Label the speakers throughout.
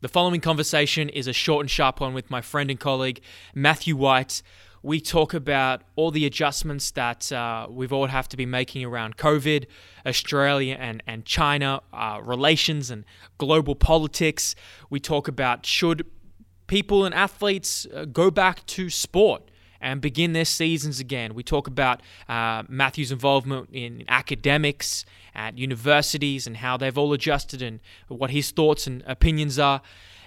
Speaker 1: The following conversation is a short and sharp one with my friend and colleague, Matthew White. We talk about all the adjustments that uh, we've all have to be making around COVID, Australia and, and China, uh, relations and global politics. We talk about should people and athletes uh, go back to sport and begin their seasons again. We talk about uh, Matthew's involvement in academics at universities and how they've all adjusted and what his thoughts and opinions are.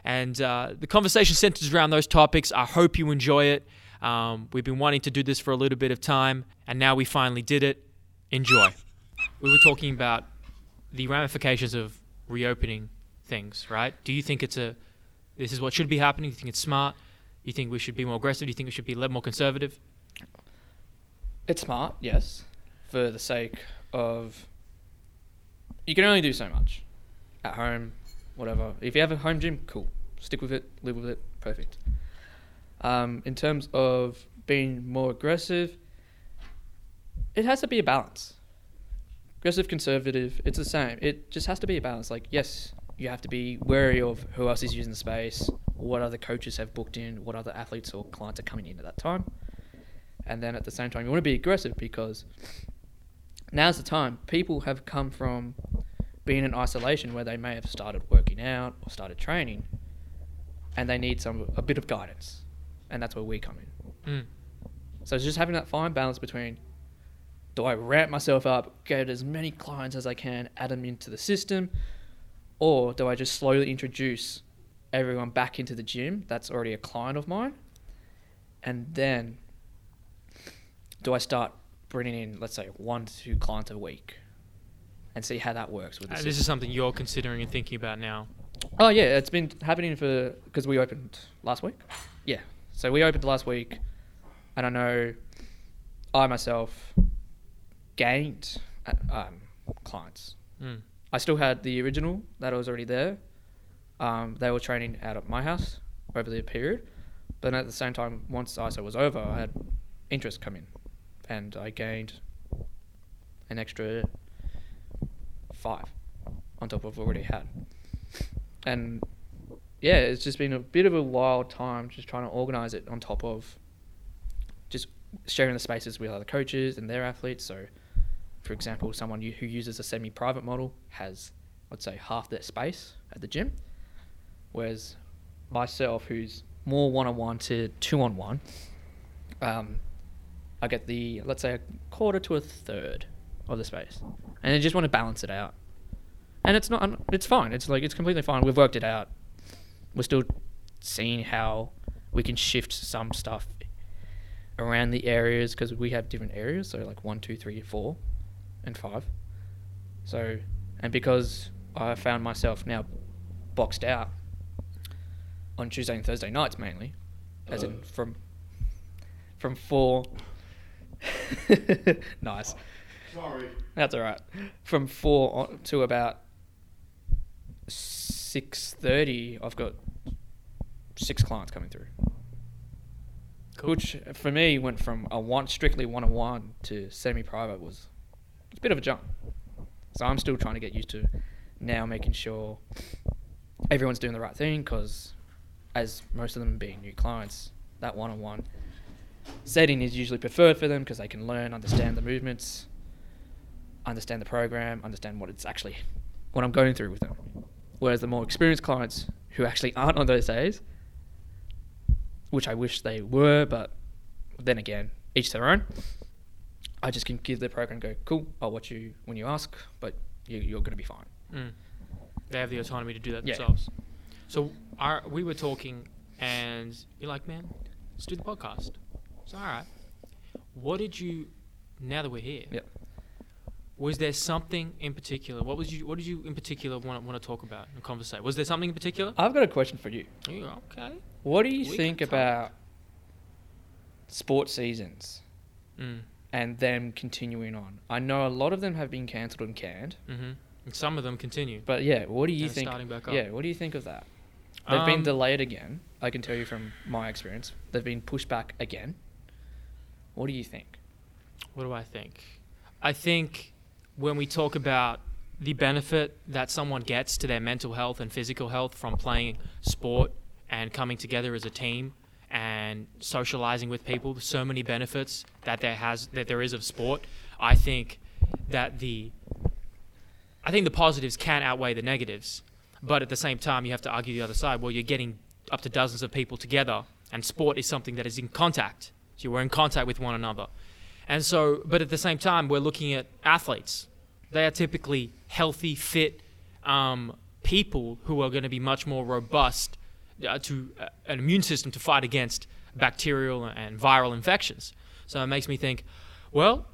Speaker 1: And uh, the conversation centers around those topics. I hope you enjoy it. Um, we've been wanting to do this for a little bit of time, and now we finally did it. Enjoy. We were talking about the ramifications of reopening things, right? Do you think it's a this is what should be happening? Do you think it's smart? Do you think we should be more aggressive? Do you think we should be a little more conservative?
Speaker 2: It's smart, yes, for the sake of you can only do so much at home, whatever. If you have a home gym, cool, stick with it, live with it, perfect. Um, in terms of being more aggressive, it has to be a balance. Aggressive, conservative, it's the same. It just has to be a balance. Like, yes, you have to be wary of who else is using the space, what other coaches have booked in, what other athletes or clients are coming in at that time. And then at the same time, you want to be aggressive because now's the time. People have come from being in isolation where they may have started working out or started training, and they need some a bit of guidance, and that's where we come in.
Speaker 1: Mm.
Speaker 2: So it's just having that fine balance between do I ramp myself up, get as many clients as I can, add them into the system, or do I just slowly introduce everyone back into the gym that's already a client of mine, and then do I start bringing in, let's say, one to two clients a week, and see how that works with the
Speaker 1: Uh,
Speaker 2: system?
Speaker 1: this is something you're considering and thinking about now.
Speaker 2: Oh yeah, it's been happening for because we opened last week. Yeah, so we opened last week, and I know I myself gained uh, um, clients.
Speaker 1: Mm.
Speaker 2: I still had the original that was already there. Um, they were training out at my house over the period, but at the same time, once ISO was over, I had interest come in, and I gained an extra five on top of what I already had. And yeah, it's just been a bit of a wild time just trying to organize it on top of just sharing the spaces with other coaches and their athletes. So, for example, someone you- who uses a semi private model has, let's say, half their space at the gym, whereas myself, who's more one on one to two on one, um, I get the, let's say, a quarter to a third of the space. And I just want to balance it out. And it's not, I'm- it's fine. It's like, it's completely fine. We've worked it out we're still seeing how we can shift some stuff around the areas because we have different areas so like one two three four and five so and because i found myself now boxed out on tuesday and thursday nights mainly as in from from four nice
Speaker 3: Sorry.
Speaker 2: that's all right. From four on to about six thirty, I've got six clients coming through. Which for me went from a one strictly one on one to semi private was it's a bit of a jump. So I'm still trying to get used to now making sure everyone's doing the right thing because as most of them being new clients, that one on one setting is usually preferred for them because they can learn, understand the movements, understand the program, understand what it's actually what I'm going through with them. Whereas the more experienced clients who actually aren't on those days, which I wish they were, but then again, each their own. I just can give the program and go, cool, I'll watch you when you ask, but you, you're going to be fine.
Speaker 1: Mm. They have the autonomy to do that
Speaker 2: Yeah.
Speaker 1: themselves. So our, we were talking, and you're like, man, let's do the podcast. It's all right. What did you, now that we're here,
Speaker 2: Yep.
Speaker 1: was there something in particular? What was you? What did you in particular want, want to talk about and conversate? Was there something in particular?
Speaker 2: I've got a question for you.
Speaker 1: You go, okay.
Speaker 2: What do you
Speaker 1: We
Speaker 2: think
Speaker 1: can talk.
Speaker 2: about sports seasons
Speaker 1: Mm.
Speaker 2: and them continuing on? I know a lot of them have been cancelled and canned,
Speaker 1: hmm And some of them continue.
Speaker 2: but yeah, what do you
Speaker 1: And
Speaker 2: think?
Speaker 1: starting back up.
Speaker 2: yeah, what do you think of that? They've been
Speaker 1: Um,
Speaker 2: delayed again. I can tell you from my experience, they've been pushed back again. What do you think?
Speaker 1: What do I think? I think when we talk about the benefit that someone gets to their mental health and physical health from playing sport and coming together as a team and socializing with people so many benefits that there has that there is of sport i think that the i think the positives can outweigh the negatives but at the same time you have to argue the other side well you're getting up to dozens of people together and sport is something that is in contact so we're in contact with one another and so but at the same time we're looking at athletes they are typically healthy, fit um, people who are going to be much more robust uh, to uh, an immune system to fight against bacterial and viral infections. So it makes me think, well,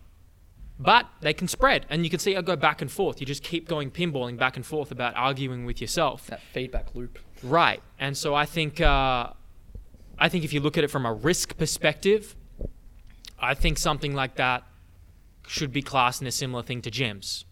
Speaker 1: but they can spread, and you can see I go back and forth. You just keep going pinballing back and forth about arguing with yourself,
Speaker 2: That feedback loop.
Speaker 1: right? And so I think, uh, I think if you look at it from a risk perspective, I think something like that should be classed in a similar thing to gyms.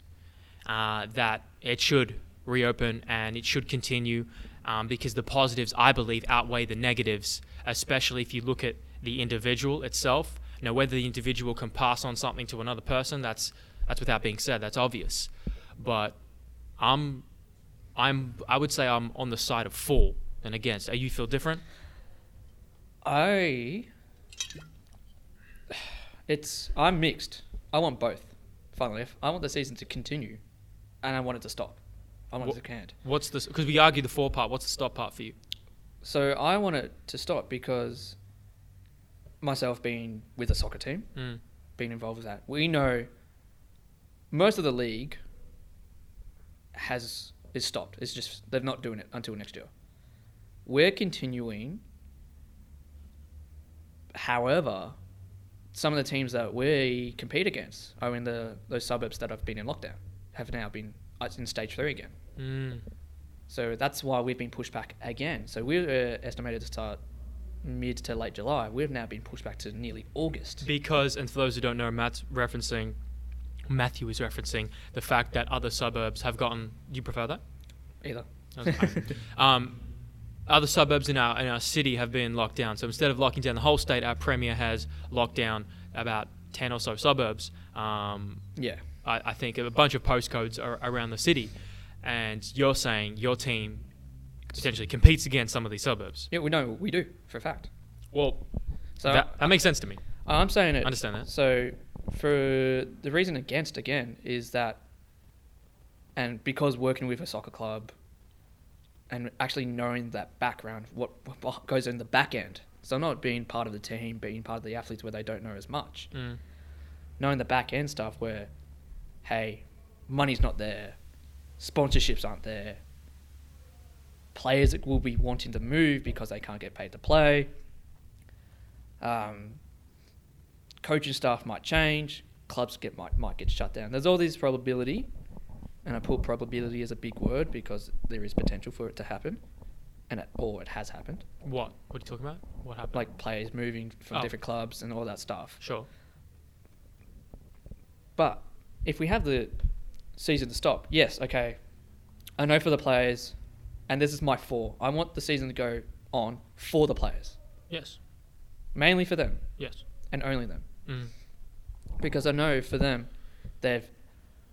Speaker 1: Uh, that it should reopen and it should continue um, because the positives, I believe, outweigh the negatives, especially if you look at the individual itself. Now, whether the individual can pass on something to another person, that's that's without being said. That's obvious. But I'm I'm I would say I'm on the side of for and against. Are you feel different?
Speaker 2: I. It's I'm mixed. I want both. Funnily enough, I want the season to continue, and I want it to stop. I want
Speaker 1: Wha-
Speaker 2: it to end.
Speaker 1: What's this? Because we argue the for part. What's the stop part for you?
Speaker 2: So I want it to stop because myself being with a soccer team,
Speaker 1: Mm.
Speaker 2: being involved with that, we know most of the league has is stopped. It's just they're not doing it until next year. We're continuing. However, some of the teams that we compete against are in the those suburbs that have been in lockdown have now been uh, in stage three again.
Speaker 1: Mm.
Speaker 2: So that's why we've been pushed back again. So we were estimated to start mid to late July. We've now been pushed back to nearly August.
Speaker 1: Because, and for those who don't know, Matt's referencing, Matthew is referencing the fact that other suburbs have gotten. You prefer that?
Speaker 2: Either.
Speaker 1: um, other suburbs in our in our city have been locked down. So instead of locking down the whole state, our premier has locked down about ten or so suburbs. Um,
Speaker 2: Yeah.
Speaker 1: I, I think a bunch of postcodes are around the city, and you're saying your team potentially competes against some of these suburbs.
Speaker 2: Yeah, we know we do for a fact.
Speaker 1: Well,
Speaker 2: So
Speaker 1: that, that makes sense to me.
Speaker 2: Oh, I'm saying it.
Speaker 1: Understand that.
Speaker 2: So for the reason against again is that, and because working with a soccer club, and actually knowing that background, what, what goes in the back end. So not being part of the team, being part of the athletes where they don't know as much.
Speaker 1: Mm.
Speaker 2: knowing the back end stuff where, hey, money's not there, sponsorships aren't there, players that will be wanting to move because they can't get paid to play, um, coaching staff might change, clubs get might might get shut down. There's all these probability, and I put probability as a big word because there is potential for it to happen, and it, or it has happened,
Speaker 1: What? What are you talking about? What happened?
Speaker 2: like players moving from
Speaker 1: Oh.
Speaker 2: different clubs and all that stuff.
Speaker 1: sure.
Speaker 2: But if we have the season to stop, yes, okay. I know for the players, and this is my four. I want the season to go on for the players,
Speaker 1: Yes.
Speaker 2: mainly for them
Speaker 1: Yes.
Speaker 2: and only them,
Speaker 1: Mm.
Speaker 2: because I know for them, they've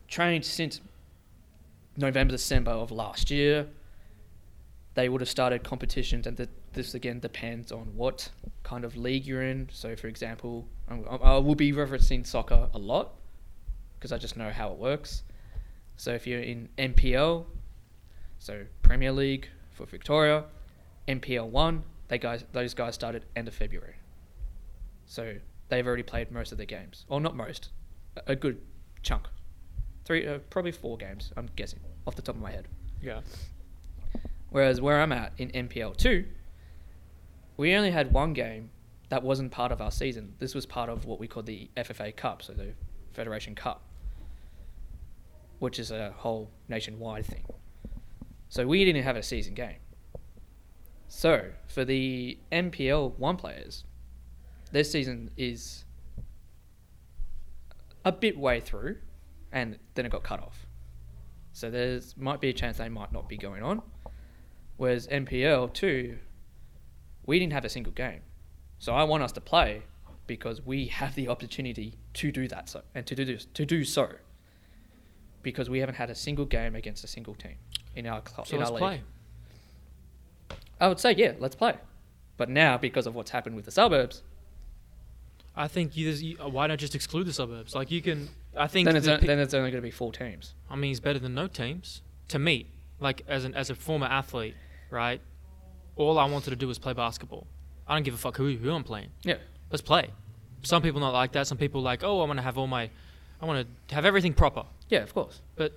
Speaker 2: trained since November, December of last year. They would have started competitions, and th- this again depends on what kind of league you're in. So, for example, I, I will be referencing soccer a lot because I just know how it works. So, if you're in NPL, so Premier League for Victoria, NPL one, they guys those guys started end of February. So they've already played most of their games, or not most, a- a good chunk three, uh, probably four games. I'm guessing off the top of my head.
Speaker 1: Yeah.
Speaker 2: Whereas where I'm at in NPL two, we only had one game that wasn't part of our season. This was part of what we call the FFA Cup, so the Federation Cup, which is a whole nationwide thing. So we didn't have a season game. So for the NPL one players, their season is a bit way through, and then it got cut off. So there's might be a chance they might not be going on. Whereas NPL two, we didn't have a single game, so I want us to play because we have the opportunity to do that. So and to do this, to do so. because we haven't had a single game against a single team in our club.
Speaker 1: So
Speaker 2: in
Speaker 1: let's
Speaker 2: our
Speaker 1: play.
Speaker 2: League. I would say yeah, let's play. But now because of what's happened with the suburbs,
Speaker 1: I think you, you, why not just exclude the suburbs? Like you can. I think
Speaker 2: then it's
Speaker 1: the
Speaker 2: o-
Speaker 1: pick-
Speaker 2: then it's only going to be four teams.
Speaker 1: I mean, he's better than no teams to me. Like as an as a former athlete, right? All I wanted to do was play basketball. I don't give a fuck who who I'm playing.
Speaker 2: Yeah.
Speaker 1: Let's play. Some people not like that. Some people like, oh, I want to have all my, I want to have everything proper.
Speaker 2: Yeah, of course.
Speaker 1: They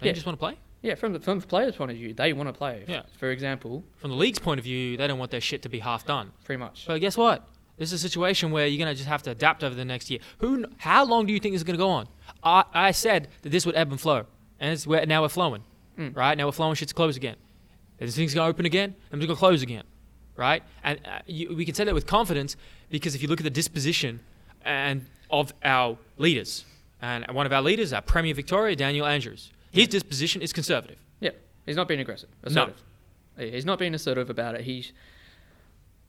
Speaker 2: Yeah.
Speaker 1: just want to play.
Speaker 2: Yeah, from the from the players' point of view, they want to play.
Speaker 1: Yeah.
Speaker 2: For example,
Speaker 1: From the league's point of view, they don't want their shit to be half done.
Speaker 2: pretty much.
Speaker 1: But guess what? This is a situation where you're gonna just have to adapt over the next year. Who? kn- How long do you think this is gonna go on? I, I said that this would ebb and flow, and it's where now we're flowing,
Speaker 2: Mm.
Speaker 1: right? Now we're flowing. Shit's closed again. And this thing's gonna open again, and it's gonna close again, right? And uh, you, we can say that with confidence because if you look at the disposition and of our leaders, and one of our leaders, our Premier Victoria, Daniel Andrews, his disposition is conservative.
Speaker 2: Yeah, he's not being aggressive. Assertive. Yeah, He's not being assertive about it. He's,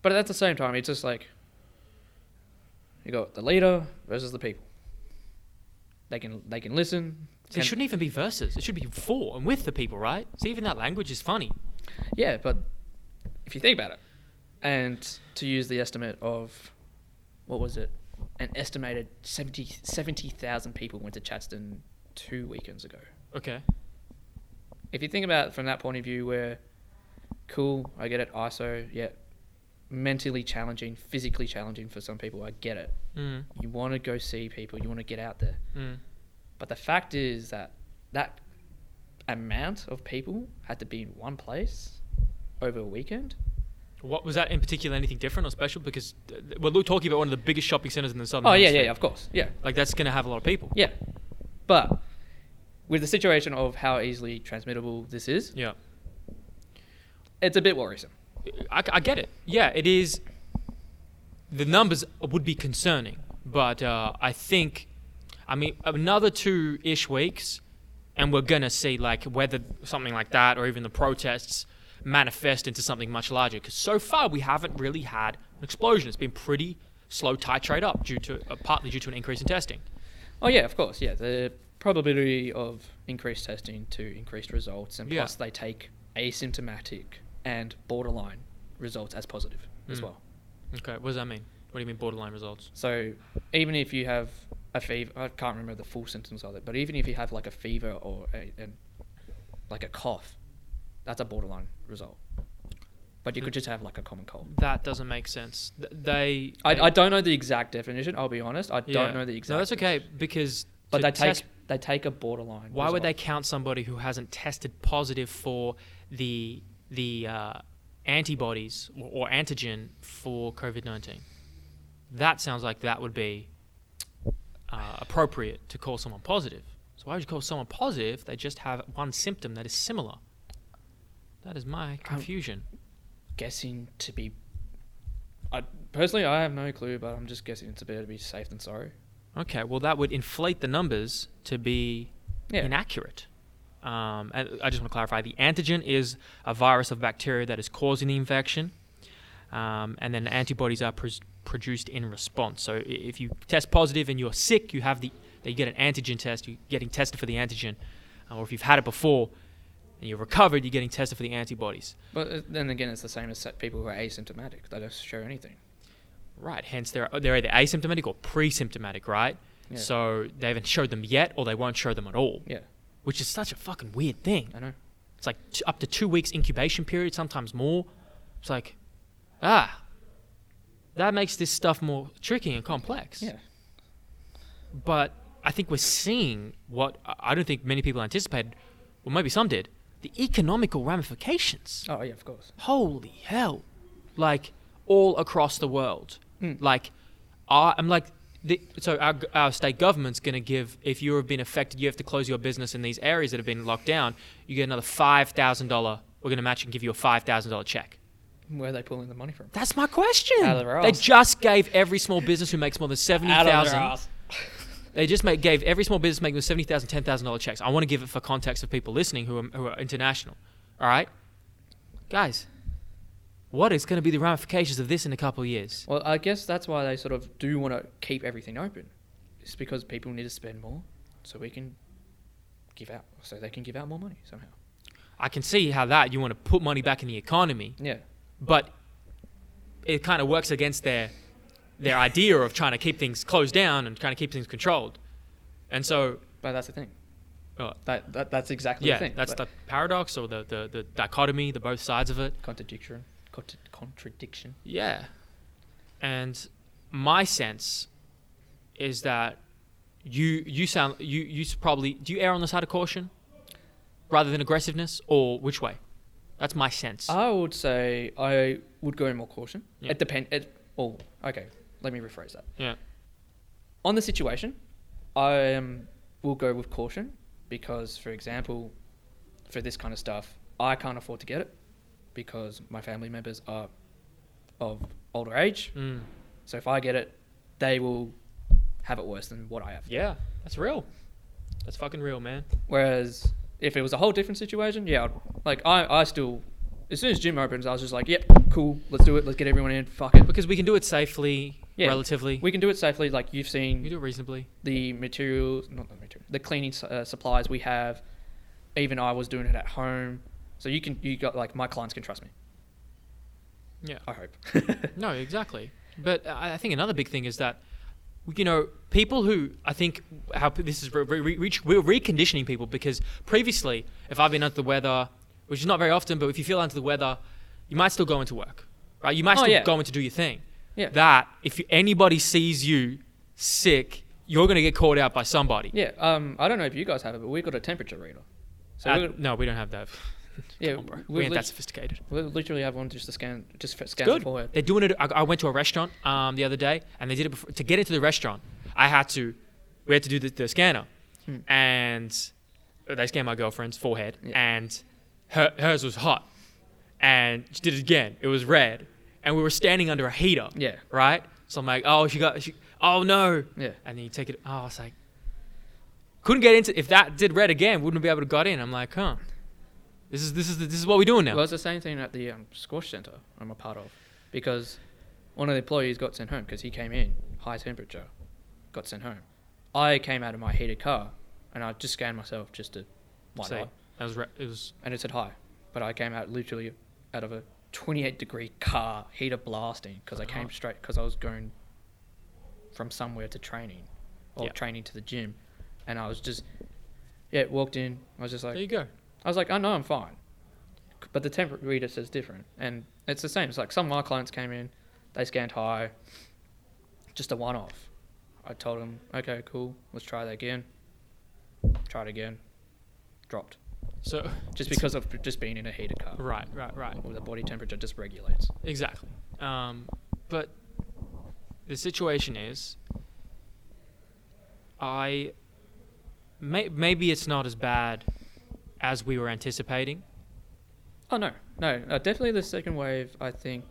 Speaker 2: but at the same time, it's just like you got the leader versus the people. They can they can listen.
Speaker 1: It
Speaker 2: can-
Speaker 1: shouldn't even be versus. It should be for and with the people, right? So even that language is funny.
Speaker 2: Yeah, but if you think about it, and to use the estimate of what was it, an estimated 70 70,000 people went to Chadston two weekends ago.
Speaker 1: Okay.
Speaker 2: if you think about it from that point of view, where cool, I get it, ISO, yeah, mentally challenging, physically challenging for some people, I get it.
Speaker 1: Mm.
Speaker 2: You want to go see people, you want to get out there.
Speaker 1: Mm.
Speaker 2: But the fact is that that amount of people had to be in one place over a weekend.
Speaker 1: What was that in particular? Anything different or special? Because uh, we're lo- talking about one of the biggest shopping centers in the southern.
Speaker 2: Oh, yeah, yeah,
Speaker 1: hemisphere.
Speaker 2: yeah, of course. Yeah,
Speaker 1: Like that's going to have a lot of people.
Speaker 2: yeah. But with the situation of how easily transmittable this is,
Speaker 1: Yeah,
Speaker 2: it's a bit worrisome.
Speaker 1: I, I get it. Yeah, it is. The numbers would be concerning, but uh, I think, I mean, another two ish weeks, and we're gonna see like whether something like that or even the protests manifest into something much larger. Because so far we haven't really had an explosion. It's been pretty slow titrate up due to uh, partly due to an increase in testing.
Speaker 2: Oh yeah, of course. Yeah, the probability of increased testing to increased results, and
Speaker 1: Yeah.
Speaker 2: plus they take asymptomatic and borderline results as positive as
Speaker 1: Mm.
Speaker 2: well.
Speaker 1: Okay, what does that mean? What do you mean borderline results?
Speaker 2: So even if you have a fever, I can't remember the full symptoms of it, but even if you have like a fever or a, an like a cough, that's a borderline result. But
Speaker 1: Hmm.
Speaker 2: you could just have like a common cold.
Speaker 1: That doesn't make sense. Th- They,
Speaker 2: I,
Speaker 1: they-
Speaker 2: I don't know the exact definition. I'll be honest. I
Speaker 1: Yeah.
Speaker 2: don't know the exact.
Speaker 1: No, that's okay
Speaker 2: definition.
Speaker 1: because
Speaker 2: But
Speaker 1: to
Speaker 2: they take
Speaker 1: test-
Speaker 2: they take a borderline.
Speaker 1: why would
Speaker 2: result.
Speaker 1: they count somebody who hasn't tested positive for the the uh, antibodies or, or antigen for COVID nineteen? That sounds like that would be uh, appropriate to call someone positive. So why would you call someone positive? if They just have one symptom that is similar. That is
Speaker 2: Um,
Speaker 1: my confusion.
Speaker 2: guessing to be. I personally, I have no clue, but I'm just guessing it's better to be safe than sorry.
Speaker 1: Okay, well, that would inflate the numbers to be
Speaker 2: Yeah.
Speaker 1: inaccurate. Um, and I just want to clarify the antigen is a virus of bacteria that is causing the infection, um, and then antibodies are pres produced in response. So i- if you test positive and you're sick, you have the you get an antigen test. You're getting tested for the antigen, uh, or if you've had it before and you're recovered, you're getting tested for the antibodies.
Speaker 2: But uh, then again, it's the same as se- people who are asymptomatic. They don't show anything.
Speaker 1: Right. Hence, they're they're either asymptomatic or pre-symptomatic, right?
Speaker 2: Yeah.
Speaker 1: So they haven't showed them yet, or they won't show them at all.
Speaker 2: Yeah,
Speaker 1: which is such a fucking weird thing.
Speaker 2: I know.
Speaker 1: It's like t- up to two weeks incubation period, sometimes more. It's like, ah, that makes this stuff more tricky and complex.
Speaker 2: Yeah.
Speaker 1: But I think we're seeing what I- I don't think many people anticipated, or maybe some did, the economical ramifications
Speaker 2: Oh yeah, of course.
Speaker 1: holy hell like all across the world
Speaker 2: Mm.
Speaker 1: like I, i'm like the, so our, g- our state government's going to give if you have been affected you have to close your business in these areas that have been locked down you get another $5000 we're going to match and give you a $5000 check
Speaker 2: Where are they pulling the money from?
Speaker 1: that's my question
Speaker 2: Out of their
Speaker 1: they
Speaker 2: arse.
Speaker 1: just gave every small business who makes more than
Speaker 2: Out of their
Speaker 1: 70000
Speaker 2: ass.
Speaker 1: they just make, gave every small business making $70000 $10000 checks i want to give it for context of people listening who are, who are international all right guys what is going to be the ramifications of this in a couple of years
Speaker 2: Well, I guess that's why they sort of do want to keep everything open. It's because people need to spend more, so we can give out, so they can give out more money somehow.
Speaker 1: I can see how that you want to put money back in the economy,
Speaker 2: Yeah,
Speaker 1: but it kind of works against their their idea of trying to keep things closed down and trying to keep things controlled. And so,
Speaker 2: but that's the thing.
Speaker 1: Oh.
Speaker 2: That, that that's exactly
Speaker 1: yeah,
Speaker 2: the thing.
Speaker 1: that's the paradox or the, the, the dichotomy, the both sides of it.
Speaker 2: the contradiction. Contra- contradiction.
Speaker 1: Yeah. And my sense is that you you sound you you s- probably do you err on the side of caution rather than aggressiveness or which way? That's my sense.
Speaker 2: I would say I would go in more caution.
Speaker 1: Yeah.
Speaker 2: It depend. It all. okay, let me rephrase that.
Speaker 1: yeah.
Speaker 2: on the situation, I um, will go with caution because, for example, for this kind of stuff, I can't afford to get it because my family members are of older age.
Speaker 1: Mm.
Speaker 2: So if I get it, they will have it worse than what I have.
Speaker 1: Yeah. That's real. That's fucking real, man.
Speaker 2: Whereas if it was a whole different situation, yeah, I'd, like I, I still, as soon as gym opens, I was just like, yep, cool, let's do it, let's get everyone in, fuck it.
Speaker 1: Because we can do it safely,
Speaker 2: Yeah.
Speaker 1: relatively. We
Speaker 2: We can do it safely, like you've seen.
Speaker 1: can do it reasonably.
Speaker 2: the materials, not the material, the cleaning su- uh, supplies we have. Even I was doing it at home, so you can you got like my clients can trust me.
Speaker 1: Yeah.
Speaker 2: I hope.
Speaker 1: No, exactly. But I I think another big thing is that, you know, people who I think how p- this is re- re- re- reach- we're reconditioning people because previously, if I've been under the weather, which is not very often, but if you feel under the weather, you might still go into work, right? You might
Speaker 2: Oh,
Speaker 1: still
Speaker 2: yeah.
Speaker 1: go in to do your thing.
Speaker 2: Yeah.
Speaker 1: That if you, anybody sees you sick, you're gonna get called out by somebody.
Speaker 2: yeah, um, I don't know if you guys have it, but we've got a temperature reader. So
Speaker 1: Uh,
Speaker 2: we're-
Speaker 1: no, we don't have that.
Speaker 2: Yeah,
Speaker 1: Come on, bro.
Speaker 2: we're
Speaker 1: we ain't
Speaker 2: lit-
Speaker 1: that sophisticated.
Speaker 2: we literally have one just to scan, just f- scan the
Speaker 1: Good.
Speaker 2: forehead.
Speaker 1: They're doing it. I, I went to a restaurant um, the other day, and they did it before, to get into the restaurant. I had to, we had to do the, the scanner, and they scanned my girlfriend's forehead,
Speaker 2: Hmm. Yeah.
Speaker 1: and her, hers was hot, and she did it again. It was red, and we were standing under a heater.
Speaker 2: Yeah.
Speaker 1: Right. So I'm like, oh, she got, she, oh no.
Speaker 2: Yeah.
Speaker 1: And then you take it. Oh, I was like, couldn't get into. If that did red again, wouldn't be able to got in. I'm like, huh. This is this is the, this is what we're doing now.
Speaker 2: Well, it's the same thing at the um, squash center I'm a part of, because one of the employees got sent home because he came in high temperature, got sent home. I came out of my heated car, and I just scanned myself just to line
Speaker 1: so
Speaker 2: up.
Speaker 1: that was re- it was
Speaker 2: and it said hi. But I came out literally out of a 28 degree car, heater blasting, because I came straight, because I was going from somewhere to training or
Speaker 1: Yeah.
Speaker 2: training to the gym. And I was just, yeah, walked in. I was just
Speaker 1: there
Speaker 2: like,
Speaker 1: you go.
Speaker 2: I was like, I know I'm fine. But the temp reader says different. And it's the same. It's like some of my clients came in, they scanned high, just a one off. I told them, okay, cool, let's try that again. Try it again. Dropped
Speaker 1: So
Speaker 2: just because of just being in a heated car.
Speaker 1: right, right, right,
Speaker 2: Or the body temperature just regulates.
Speaker 1: exactly. Um, but the situation is, I may, maybe it's not as bad as we were anticipating.
Speaker 2: Oh no, no, uh, definitely the second wave. I think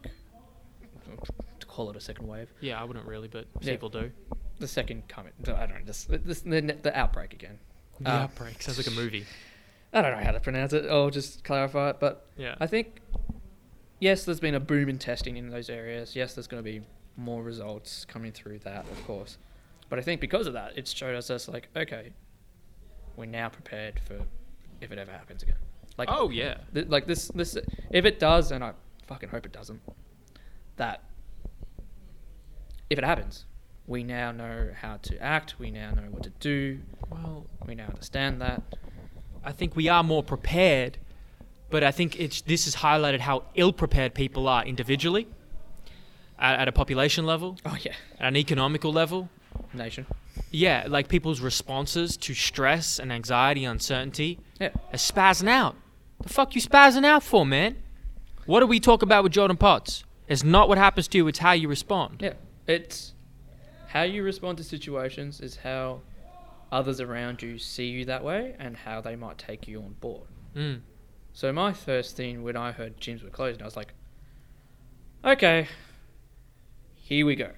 Speaker 2: to call it a second wave,
Speaker 1: Yeah, I wouldn't really, but
Speaker 2: Yeah.
Speaker 1: people do.
Speaker 2: the second coming. I don't know this, this the, the outbreak again.
Speaker 1: The
Speaker 2: Uh,
Speaker 1: outbreak sounds like a movie.
Speaker 2: I don't know how to pronounce it. I'll just clarify it. But
Speaker 1: Yeah,
Speaker 2: I think yes, there's been a boom in testing in those areas. Yes, there's going to be more results coming through that, of course. But I think because of that, it's showed us us like okay, we're now prepared for if it ever happens again. Like
Speaker 1: oh yeah,
Speaker 2: Th- like this this if it does and i fucking hope it doesn't that if it happens we now know how to act we now know what to do
Speaker 1: well.
Speaker 2: we now understand that
Speaker 1: I think we are more prepared, but I think it's this has highlighted how ill prepared people are individually, at, at a population level,
Speaker 2: oh yeah
Speaker 1: at an economical level.
Speaker 2: nation
Speaker 1: Yeah, like people's responses to stress and anxiety, uncertainty,
Speaker 2: yeah
Speaker 1: are spazzing out. The fuck you spazzing out for, man? What do we talk about with Jordan Potts? It's not what happens to you; it's how you respond.
Speaker 2: yeah it's how you respond to situations is how others around you see you that way and how they might take you on board
Speaker 1: Mm.
Speaker 2: So my first thing when I heard gyms were closed, I was like, okay, here we go.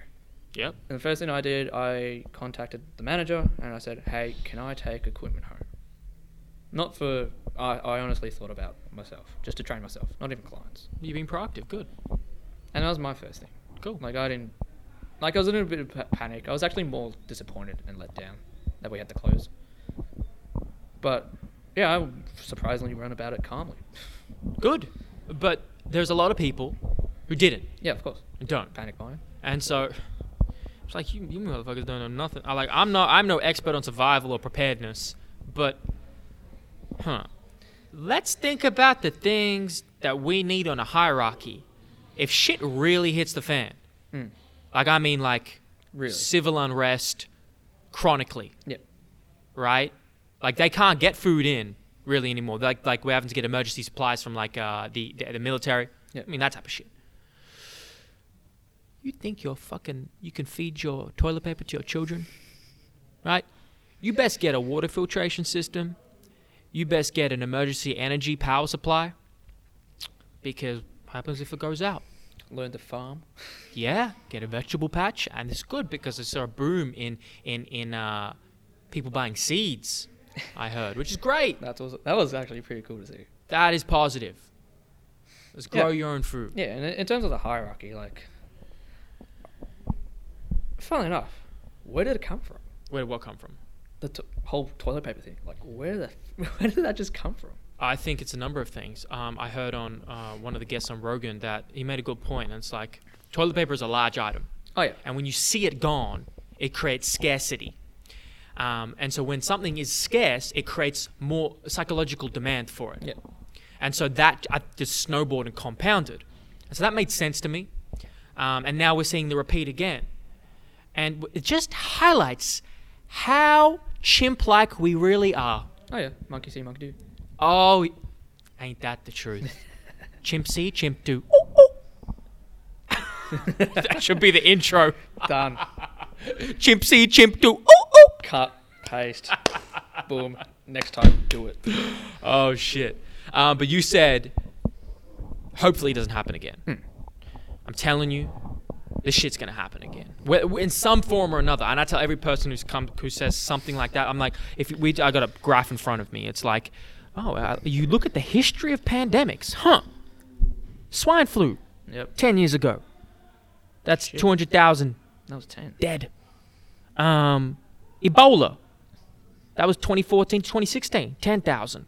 Speaker 1: Yep.
Speaker 2: And the first thing I did, I contacted the manager and I said, hey, can I take equipment home? Not for, I, I honestly thought about myself, just to train myself, not even clients.
Speaker 1: You've been proactive. Good.
Speaker 2: And that was my first thing.
Speaker 1: Cool.
Speaker 2: Like I didn't, like I was in a bit of pa- panic. I was actually more disappointed and let down that we had to close. But yeah, I surprisingly wrote about it calmly.
Speaker 1: Good. But there's a lot of people who didn't
Speaker 2: Yeah, of course.
Speaker 1: and don't.
Speaker 2: Panic buying.
Speaker 1: And so it's like you, you motherfuckers don't know nothing. I like I'm not I'm no expert on survival or preparedness, but huh. Let's think about the things that we need on a hierarchy. If shit really hits the fan.
Speaker 2: Mm.
Speaker 1: Like I mean like
Speaker 2: Really?
Speaker 1: civil unrest chronically,
Speaker 2: Yeah.
Speaker 1: right? Like they can't get food in really anymore. Like like we're having to get emergency supplies from like uh, the, the the military.
Speaker 2: Yeah.
Speaker 1: I mean that type of shit. You think you're fucking you can feed your toilet paper to your children, right? You best get a water filtration system. You best get an emergency energy power supply. Because what happens if it goes out?
Speaker 2: Learn to farm.
Speaker 1: yeah, get a vegetable patch, and it's good because it's a boom in in in uh, people buying seeds. I heard, which is great.
Speaker 2: That was that was actually pretty cool to see.
Speaker 1: That is positive. Let's
Speaker 2: Yeah.
Speaker 1: grow your own fruit.
Speaker 2: Yeah, and in- in terms of the hierarchy, like, funnily enough, where did it come from?
Speaker 1: Where did what come from?
Speaker 2: The to- whole toilet paper thing. Like, where the where did that just come from?
Speaker 1: I think it's a number of things. Um, I heard on uh, one of the guests on Rogan that he made a good point, and it's like toilet paper is a large item.
Speaker 2: Oh yeah,
Speaker 1: and when you see it gone, it creates scarcity. Um, and so when something is scarce, it creates more psychological demand for it.
Speaker 2: Yeah.
Speaker 1: And so that uh, just snowballed and compounded. And so that made sense to me. Um, and now we're seeing the repeat again. And w- it just highlights how chimp like we really are.
Speaker 2: oh yeah, monkey see, monkey do.
Speaker 1: Oh, ain't that the truth? chimp see, chimp do. that should be the intro.
Speaker 2: Done.
Speaker 1: Chimp see, chimp do. Ooh, ooh.
Speaker 2: Cut. Paste. Boom. Next time, do it.
Speaker 1: Oh shit! Um, but you said, hopefully, it doesn't happen again. I'm telling you, this shit's gonna happen again, Wh- wh- in some form or another. And I tell every person who's come who says something like that, I'm like, if we, I got a graph in front of me. It's like, oh, uh, you look at the history of pandemics, huh? Swine flu,
Speaker 2: Yep.
Speaker 1: ten years ago. That's
Speaker 2: Shit.
Speaker 1: two hundred thousand
Speaker 2: That was ten.
Speaker 1: dead. Um, Ebola. That was 2014 to 2016. 10,000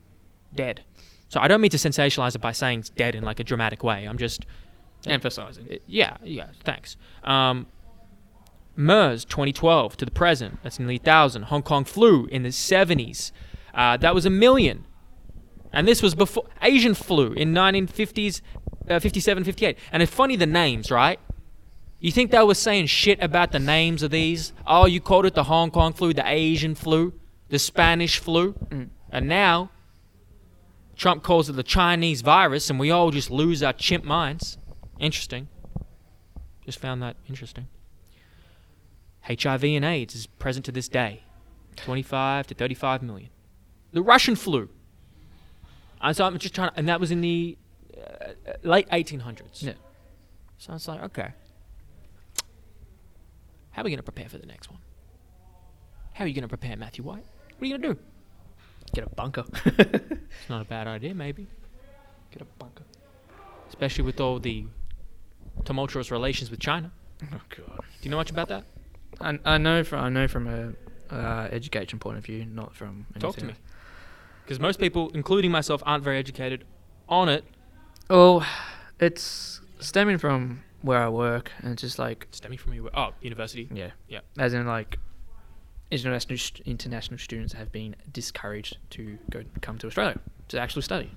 Speaker 1: dead. So I don't mean to sensationalize it by saying it's dead in like a dramatic way. I'm just
Speaker 2: Emphasizing.
Speaker 1: uh, yeah, yeah, thanks. Um, MERS 2012 to the present, that's nearly 1,000. Hong Kong flu in the 70s, uh, that was a million. And this was before Asian flu in 1950s, uh, 57, 58. And it's funny the names, right? You think they were saying shit about the names of these? Oh, you called it the Hong Kong flu, the Asian flu, the Spanish flu. And now Trump calls it the Chinese virus, and we all just lose our chimp minds. Interesting. Just found that interesting. HIV and AIDS is present to this day 25 to 35 million. The Russian flu. And so I'm just trying to, and that was in the uh, late 1800s.
Speaker 2: Yeah.
Speaker 1: So it's like, okay. How are we going to prepare for the next one? How are you going to prepare Matthew White? What are you going to do?
Speaker 2: Get a bunker.
Speaker 1: It's not a bad idea, maybe.
Speaker 2: Get a bunker.
Speaker 1: especially with all the tumultuous relations with China.
Speaker 2: Oh god.
Speaker 1: Do you know much about that?
Speaker 2: I, I know from I know from a uh, education point of view, not from anything
Speaker 1: Talk to me.
Speaker 2: else.
Speaker 1: Because most people, including myself, aren't very educated on it.
Speaker 2: Well, Oh, it's stemming from where I work, and it's just like
Speaker 1: Stemming from your oh university.
Speaker 2: yeah,
Speaker 1: Yeah.
Speaker 2: as in like international st- international students have been discouraged to go come to Australia to actually study.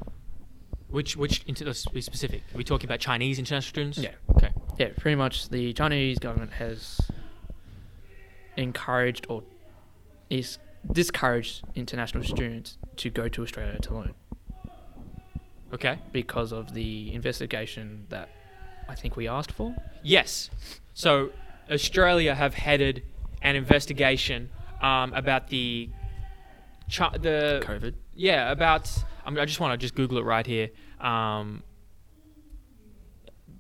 Speaker 1: Which which into let's be specific? Are we talking about Chinese international students?
Speaker 2: Yeah.
Speaker 1: Okay.
Speaker 2: Yeah, pretty much the Chinese government has encouraged or is discouraged international students to go to Australia to learn.
Speaker 1: Okay.
Speaker 2: because of the investigation that I think we asked for.
Speaker 1: Yes. So Australia have headed an investigation um, about the chi- the
Speaker 2: COVID.
Speaker 1: yeah about I, mean, I just want to just google it right here um,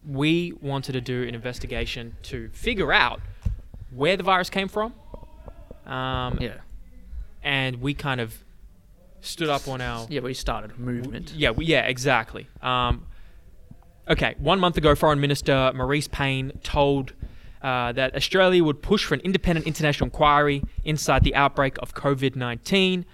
Speaker 1: we wanted to do an investigation to figure out where the virus came from um,
Speaker 2: Yeah.
Speaker 1: and we kind of stood up on our
Speaker 2: Yeah, we started a movement.
Speaker 1: yeah, we- yeah, exactly. Um, okay, one month ago, Foreign Minister Maurice Payne told uh, that Australia would push for an independent international inquiry inside the outbreak of COVID 19.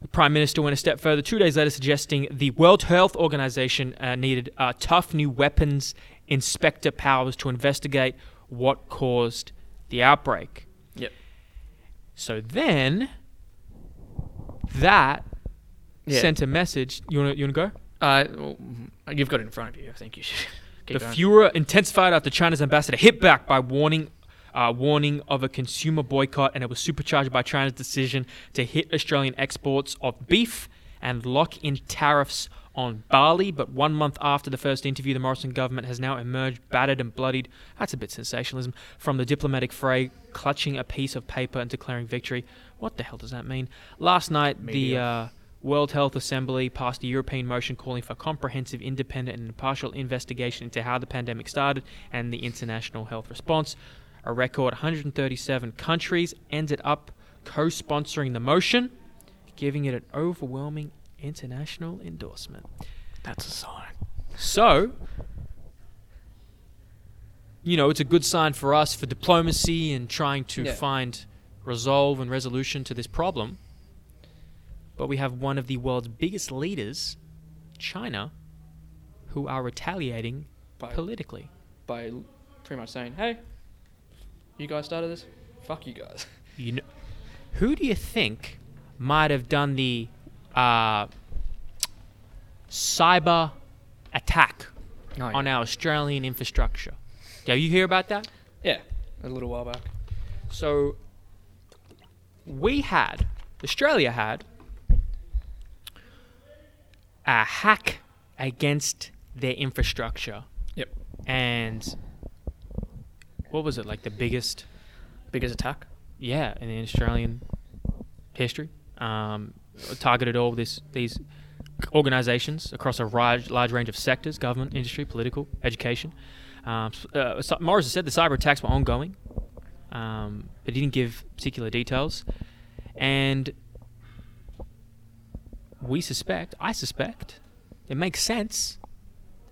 Speaker 1: The Prime Minister went a step further two days later, suggesting the World Health Organization uh, needed uh, tough new weapons inspector powers to investigate what caused the outbreak.
Speaker 2: Yep.
Speaker 1: So then, that
Speaker 2: Yeah.
Speaker 1: sent a message. You want to you wanna go?
Speaker 2: Uh, well, mhm. you've got it in front of you. I think you should. Keep
Speaker 1: the
Speaker 2: going.
Speaker 1: furor intensified after China's ambassador hit back by warning, uh, warning of a consumer boycott, and it was supercharged by China's decision to hit Australian exports of beef and lock in tariffs on barley. But one month after the first interview, the Morrison government has now emerged battered and bloodied. That's a bit sensationalism from the diplomatic fray, clutching a piece of paper and declaring victory. What the hell does that mean? Last night, the.
Speaker 2: Media.
Speaker 1: Uh, World Health Assembly passed a European motion calling for comprehensive, independent, and impartial investigation into how the pandemic started and the international health response. A record 137 countries ended up co sponsoring the motion, giving it an overwhelming international endorsement.
Speaker 2: That's a sign.
Speaker 1: So, you know, it's a good sign for us for diplomacy and trying to
Speaker 2: Yeah.
Speaker 1: find resolve and resolution to this problem. But we have one of the world's biggest leaders, China, who are retaliating
Speaker 2: By,
Speaker 1: politically.
Speaker 2: by l- pretty much saying, hey, you guys started this? Fuck you guys.
Speaker 1: You know, who do you think might have done the uh, cyber attack
Speaker 2: No.
Speaker 1: on our Australian infrastructure? Did you hear about that?
Speaker 2: yeah, a little while back.
Speaker 1: So we had, Australia had, a hack against their infrastructure.
Speaker 2: Yep.
Speaker 1: And what was it, like the biggest,
Speaker 2: Biggest attack?
Speaker 1: yeah, in the Australian history? Um, targeted all this these organizations across a large, large range of sectors government, industry, political, education. Um, s- uh, so- Morris has said the cyber attacks were ongoing, um, but he didn't give particular details. And we suspect, I suspect, it makes sense.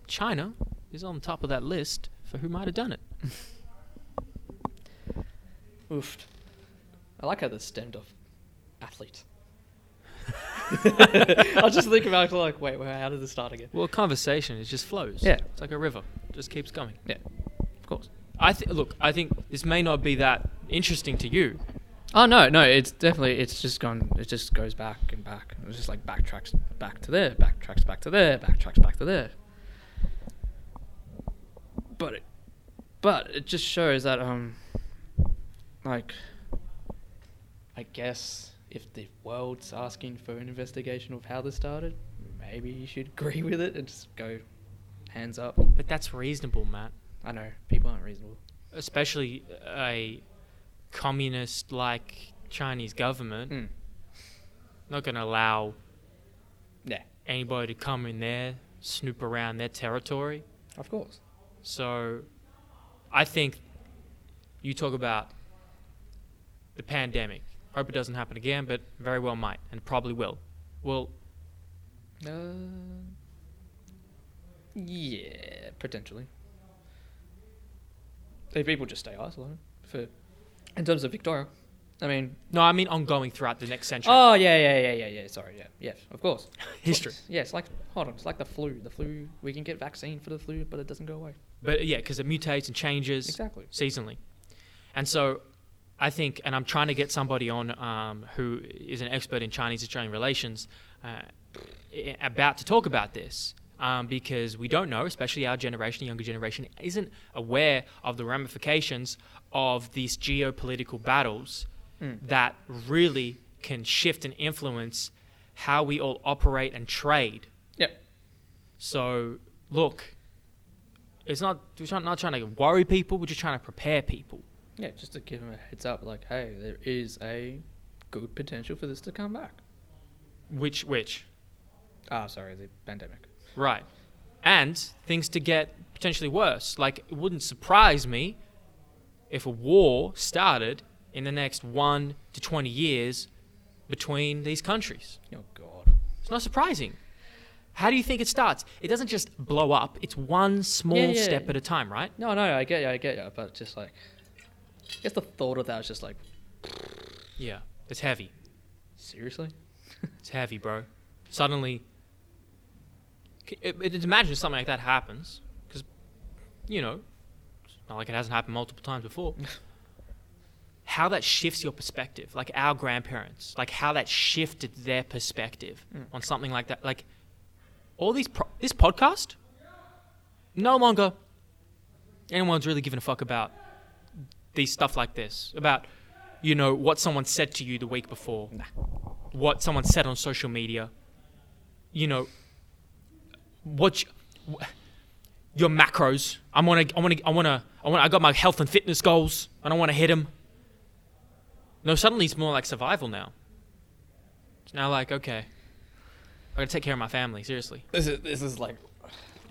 Speaker 1: China is on top of that list for who might have done it.
Speaker 2: Oofed. I like how this stemmed off athlete. I was just thinking about it, like, wait, wait, how did this start again?
Speaker 1: Well, a conversation, it just flows.
Speaker 2: Yeah.
Speaker 1: It's like a river, it just keeps going.
Speaker 2: Yeah, of course.
Speaker 1: I th- look, I think this may not be that interesting to you.
Speaker 2: Oh no, no, it's definitely it's just gone. It just goes back and back. It was just like backtracks back to there, backtracks back to there, backtracks back to there. But it, but it just shows that um, like, I guess if the world's asking for an investigation of how this started, maybe you should agree with it and just go hands up.
Speaker 1: But that's reasonable, Matt.
Speaker 2: I know people aren't reasonable.
Speaker 1: Especially a communist like Chinese government.
Speaker 2: Mm.
Speaker 1: Not going to allow
Speaker 2: Yeah,
Speaker 1: anybody to come in there, snoop around their territory.
Speaker 2: of course.
Speaker 1: So I think you talk about the pandemic. Hope it doesn't happen again, but very well might, and probably will. Well,
Speaker 2: Uh, yeah, potentially. If people just stay isolated for, in terms of Victoria, I mean.
Speaker 1: no, I mean ongoing throughout the next century.
Speaker 2: Oh yeah, yeah, yeah, yeah, yeah. Sorry, yeah, yes, of course.
Speaker 1: History.
Speaker 2: Yeah, it's like hold on, it's like the flu. The flu, we can get vaccine for the flu, but it doesn't go away.
Speaker 1: But yeah, because it mutates and changes.
Speaker 2: Exactly.
Speaker 1: seasonally. And so I think, and I'm trying to get somebody on um, who is an expert in Chinese Australian relations uh, i- about to talk about this. Um, because we don't know, especially our generation, younger generation, isn't aware of the ramifications of these geopolitical battles
Speaker 2: Mm.
Speaker 1: that really can shift and influence how we all operate and trade.
Speaker 2: Yep.
Speaker 1: So look, it's not we're try- not trying to worry people. We're just trying to prepare people.
Speaker 2: Yeah, just to give them a heads up, like, hey, there is a good potential for this to come back.
Speaker 1: Which which
Speaker 2: Ah, sorry, the pandemic.
Speaker 1: right, and things to get potentially worse. Like it wouldn't surprise me if a war started in the next one to twenty years between these countries.
Speaker 2: Oh God.
Speaker 1: It's not surprising. How do you think it starts? It doesn't just blow up. It's one small
Speaker 2: Yeah, yeah.
Speaker 1: step at a time, right?
Speaker 2: No, no, I get you, I get you, but just like, I guess the thought of that was just like,
Speaker 1: Yeah, it's heavy.
Speaker 2: seriously?
Speaker 1: It's heavy, bro. Suddenly, c- it, it, imagine if something like that happens, because, you know, it's not like it hasn't happened multiple times before. how that shifts your perspective, like our grandparents, like how that shifted their perspective
Speaker 2: Mm.
Speaker 1: on something like that. Like, all these, pro- this podcast, no longer anyone's really giving a fuck about these stuff like this, about, you know, what someone said to you the week before what someone said on social media, you know, what you, wh- your macros. I want to, I want to, I want to, I want. I got my health and fitness goals, and I want to hit them. No, suddenly it's more like survival now. It's now like okay, I gotta take care of my family seriously.
Speaker 2: This is this is like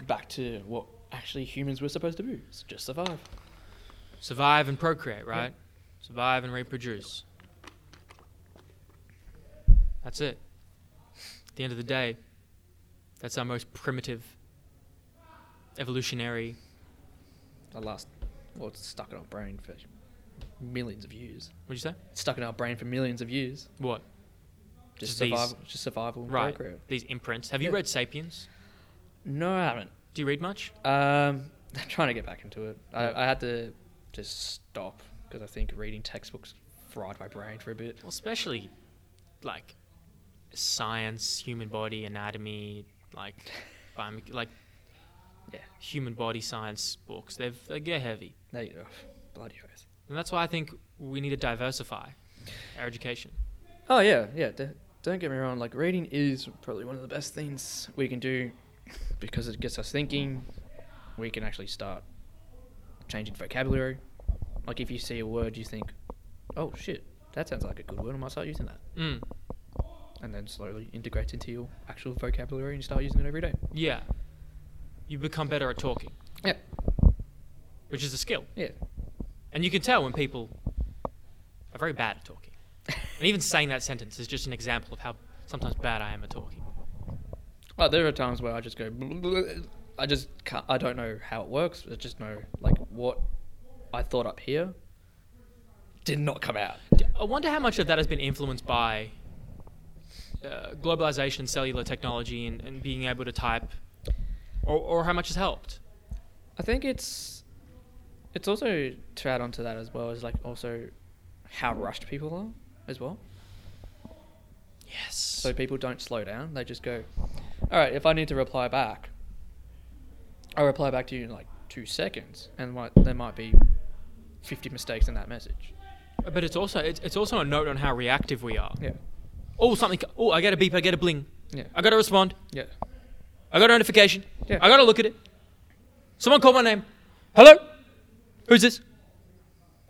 Speaker 2: back to what actually humans were supposed to do: is just survive.
Speaker 1: Survive and procreate, right? Survive and reproduce. That's it. At the end of the day, that's our most primitive evolutionary.
Speaker 2: The last, well, it's stuck in our brain for millions of years.
Speaker 1: What'd you say?
Speaker 2: It's stuck in our brain for millions of years.
Speaker 1: What? Just
Speaker 2: Just,
Speaker 1: these-
Speaker 2: survival. Just survival. and
Speaker 1: Right.
Speaker 2: procreate.
Speaker 1: These imprints. Have you
Speaker 2: Yeah.
Speaker 1: read *Sapiens*?
Speaker 2: No, I haven't.
Speaker 1: Do you read much?
Speaker 2: Um, I'm trying to get back into it. I, I had to just stop because I think reading textbooks fried my brain for a bit.
Speaker 1: Well, especially like science, human body, anatomy, like, biome- like
Speaker 2: Yeah.
Speaker 1: human body science books. They've, they get heavy.
Speaker 2: There you go. Bloody oath.
Speaker 1: And that's why I think we need to diversify our education.
Speaker 2: Oh yeah, yeah. d- Don't get me wrong. Like reading is probably one of the best things we can do because it gets us thinking. We can actually start changing vocabulary. Like if you see a word, you think, "Oh shit, that sounds like a good word. I might start using that."
Speaker 1: Mm,
Speaker 2: And then slowly integrates into your actual vocabulary and you start using it every day.
Speaker 1: yeah. You become better at talking,
Speaker 2: Yeah,
Speaker 1: which is a skill.
Speaker 2: yeah.
Speaker 1: And you can tell when people are very bad at talking. And even saying that sentence is just an example of how sometimes bad I am at talking.
Speaker 2: Like there are times where I just go, I just can't, I don't know how it works. I just know like what I thought up here did not come out.
Speaker 1: D- I wonder how much of that has been influenced by uh, globalization, cellular technology, and, and being able to type, or, or how much has helped.
Speaker 2: I think it's it's also to add on to that as well is like also how rushed people are as well.
Speaker 1: Yes.
Speaker 2: So people don't slow down; they just go, "All right, if I need to reply back, I'll reply back to you in like two seconds," and what, there might be fifty mistakes in that message.
Speaker 1: but it's also it's, it's also a note on how reactive we are.
Speaker 2: Yeah,
Speaker 1: Oh, something. Oh, I get a beep. I get a bling.
Speaker 2: yeah,
Speaker 1: I got to respond.
Speaker 2: yeah,
Speaker 1: I got a notification.
Speaker 2: Yeah.
Speaker 1: I got to look at it. Someone called my name. Hello? Who's this?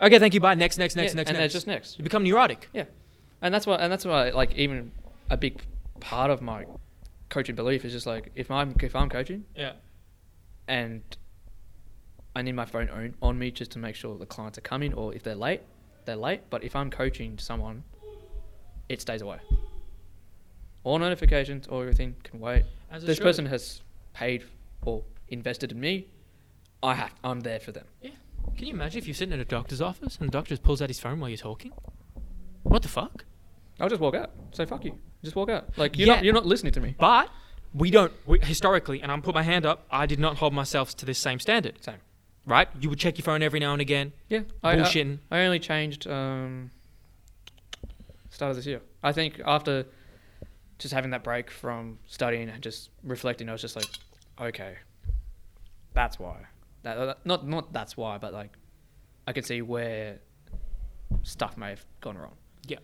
Speaker 1: Okay, thank you. Bye. Next, next, next,
Speaker 2: Yeah,
Speaker 1: next,
Speaker 2: and
Speaker 1: next.
Speaker 2: it's just next.
Speaker 1: You become neurotic.
Speaker 2: yeah. And that's why, and that's why, like even a big part of my coaching belief is just like if I'm if I'm coaching,
Speaker 1: Yeah.
Speaker 2: and I need my phone on, on me just to make sure the clients are coming or if they're late, they're late. But if I'm coaching someone, it stays away. All notifications, all everything can wait.
Speaker 1: As it
Speaker 2: this
Speaker 1: should.
Speaker 2: person has paid or invested in me. I have. I'm there for them.
Speaker 1: Yeah. Can you imagine if you're sitting in a doctor's office and the doctor just pulls out his phone while you're talking? What the fuck?
Speaker 2: I'll just walk out. Say fuck you. Just walk out. Like you're
Speaker 1: Yeah.
Speaker 2: not. You're not listening to me.
Speaker 1: But we don't, we, historically, and I'm put my hand up, I did not hold myself to this same standard,
Speaker 2: Same.
Speaker 1: right? You would check your phone every now and again.
Speaker 2: Yeah. I, I,
Speaker 1: Bullshitting.
Speaker 2: I only changed um, start of this year. I think after just having that break from studying and just reflecting, I was just like, okay, that's why. That, that- not not that's why, but like, I could see where stuff may have gone wrong.
Speaker 1: Yeah.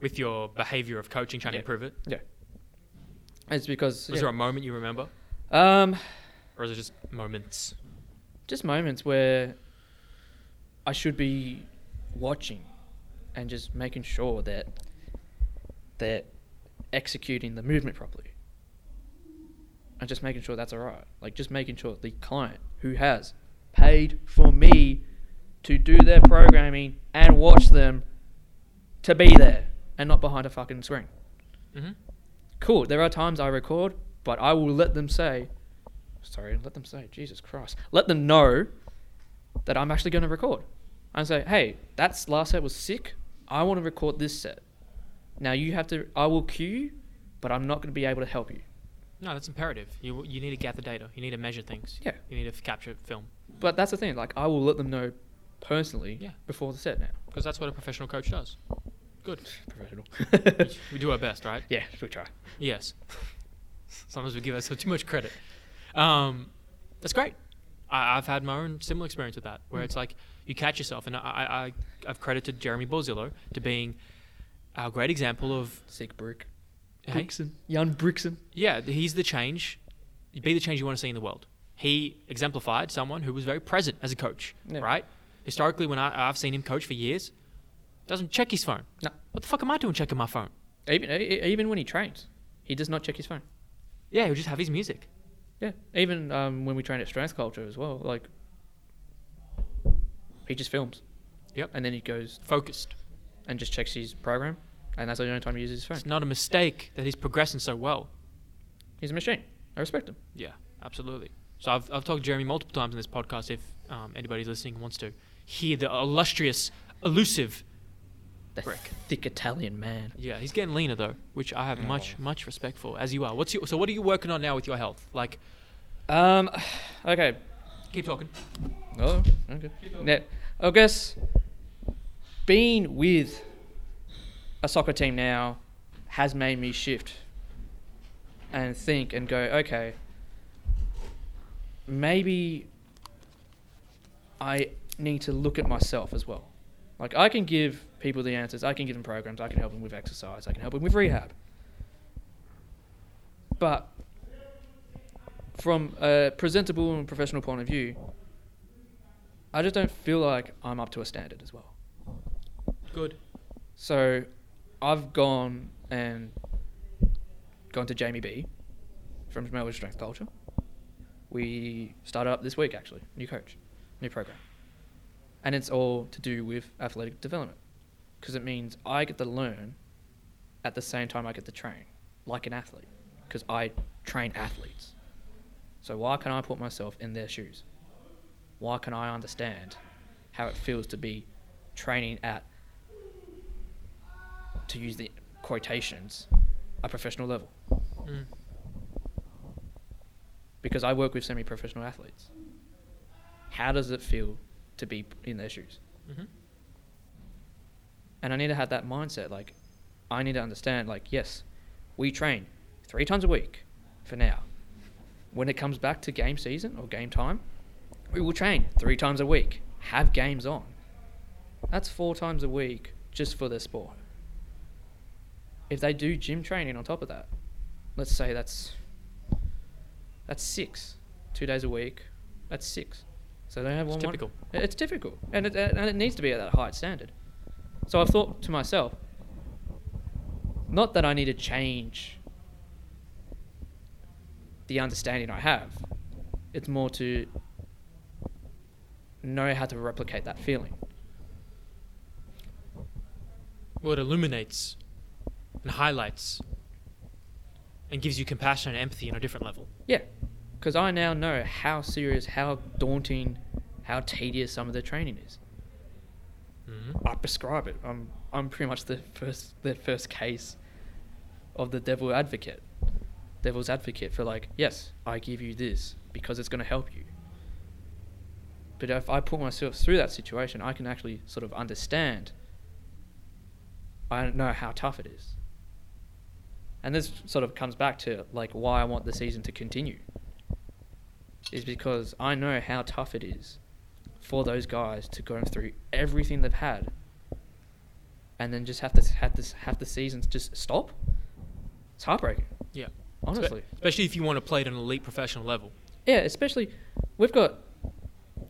Speaker 1: With your behavior of coaching, trying
Speaker 2: Yeah.
Speaker 1: to improve it.
Speaker 2: Yeah. It's because
Speaker 1: Was there a moment you remember?
Speaker 2: yeah. um
Speaker 1: Or is it just moments?
Speaker 2: just moments where I should be watching and just making sure that they're executing the movement properly. And just making sure that's all right. Like, just making sure the client who has paid for me to do their programming and watch them to be there and not behind a fucking screen.
Speaker 1: hmm
Speaker 2: Cool, there are times I record, but I will let them say, sorry, let them say, Jesus Christ, let them know that I'm actually going to record. I say, hey, that last set was sick. I want to record this set. Now you have to, I will cue you but I'm not going to be able to help you.
Speaker 1: No, that's imperative. You you need to gather data. You need to measure things.
Speaker 2: Yeah.
Speaker 1: You need to f- capture film
Speaker 2: But that's the thing. Like, I will let them know personally
Speaker 1: Yeah.
Speaker 2: before the set now.
Speaker 1: because that's what a professional coach does. Good.
Speaker 2: Professional.
Speaker 1: we do our best, right?
Speaker 2: yeah, we try.
Speaker 1: Yes. Sometimes we give ourselves too much credit. Um, that's great. I, I've had my own similar experience with that, where it's like you catch yourself, and I, I, I- I've credited Jeremy Borzillo to being a great example of
Speaker 2: Sick Brick.
Speaker 1: hey,
Speaker 2: Brixen. Jan Brixen.
Speaker 1: yeah, th- he's the change. Be the change you want to see in the world. He exemplified someone who was very present as a coach,
Speaker 2: Yeah.
Speaker 1: right? Historically, when I, I've seen him coach for years, doesn't check his phone.
Speaker 2: No.
Speaker 1: What the fuck am I doing checking my phone?
Speaker 2: Even e- even when he trains, he does not check his phone.
Speaker 1: Yeah, he'll just have his music.
Speaker 2: Yeah. Even um, when we train at Strength Culture as well, like he just films.
Speaker 1: Yep.
Speaker 2: And then he goes
Speaker 1: Focused.
Speaker 2: and just checks his program, and that's the only time he uses his phone.
Speaker 1: It's not a mistake that he's progressing so well.
Speaker 2: He's a machine. I respect him.
Speaker 1: Yeah, absolutely. So I've, I've talked to Jeremy multiple times in this podcast. If um, anybody's listening and wants to hear the illustrious, elusive,
Speaker 2: The
Speaker 1: Brick.
Speaker 2: thick Italian man.
Speaker 1: yeah, he's getting leaner though, which I have much much respect for. As you are. What's your, so? What are you working on now with your health? Like,
Speaker 2: Um. Okay.
Speaker 1: keep talking.
Speaker 2: Oh. Okay. Now, I guess being with a soccer team now has made me shift and think and go, okay, maybe I need to look at myself as well. Like, I can give people the answers, I can give them programs, I can help them with exercise, I can help them with rehab. But from a presentable and professional point of view, I just don't feel like I'm up to a standard as well.
Speaker 1: Good.
Speaker 2: So I've gone and gone to Jamie B from Melbourne Strength Culture. We started up this week actually, new coach, new program. And it's all to do with athletic development because it means I get to learn at the same time I get to train like an athlete because I train athletes. So why can I put myself in their shoes? Why can I understand how it feels to be training at to use the quotations, a professional level.
Speaker 1: Mm.
Speaker 2: Because I work with semi professional athletes. How does it feel to be in their shoes?
Speaker 1: Mhm.
Speaker 2: And I need to have that mindset. Like, I need to understand, like, yes, we train three times a week for now. When it comes back to game season or game time, we will train three times a week, have games on. That's four times a week just for their sport if they do gym training on top of that, let's say that's that's six, two days a week, that's six. So they have
Speaker 1: It's
Speaker 2: one. one-
Speaker 1: typical.
Speaker 2: It- It's difficult, and it and it needs to be at that high standard. So I've thought to myself, not that I need to change the understanding I have. It's more to know how to replicate that feeling.
Speaker 1: Well, it illuminates and highlights and gives you compassion and empathy on a different level.
Speaker 2: Yeah, because I now know how serious, how daunting, how tedious some of the training is.
Speaker 1: hmm
Speaker 2: I prescribe it. I'm I'm pretty much the first the first case of the devil advocate, devil's advocate for like, yes, I give you this because it's going to help you. But if I put myself through that situation, I can actually sort of understand. I don't know how tough it is. And this sort of comes back to like why I want the season to continue. Is because I know how tough it is for those guys to go through everything they've had and then just have to have this have the seasons just stop. It's heartbreaking,
Speaker 1: Yeah.
Speaker 2: honestly.
Speaker 1: Spe- especially if you want to play at an elite professional level.
Speaker 2: Yeah, especially we've got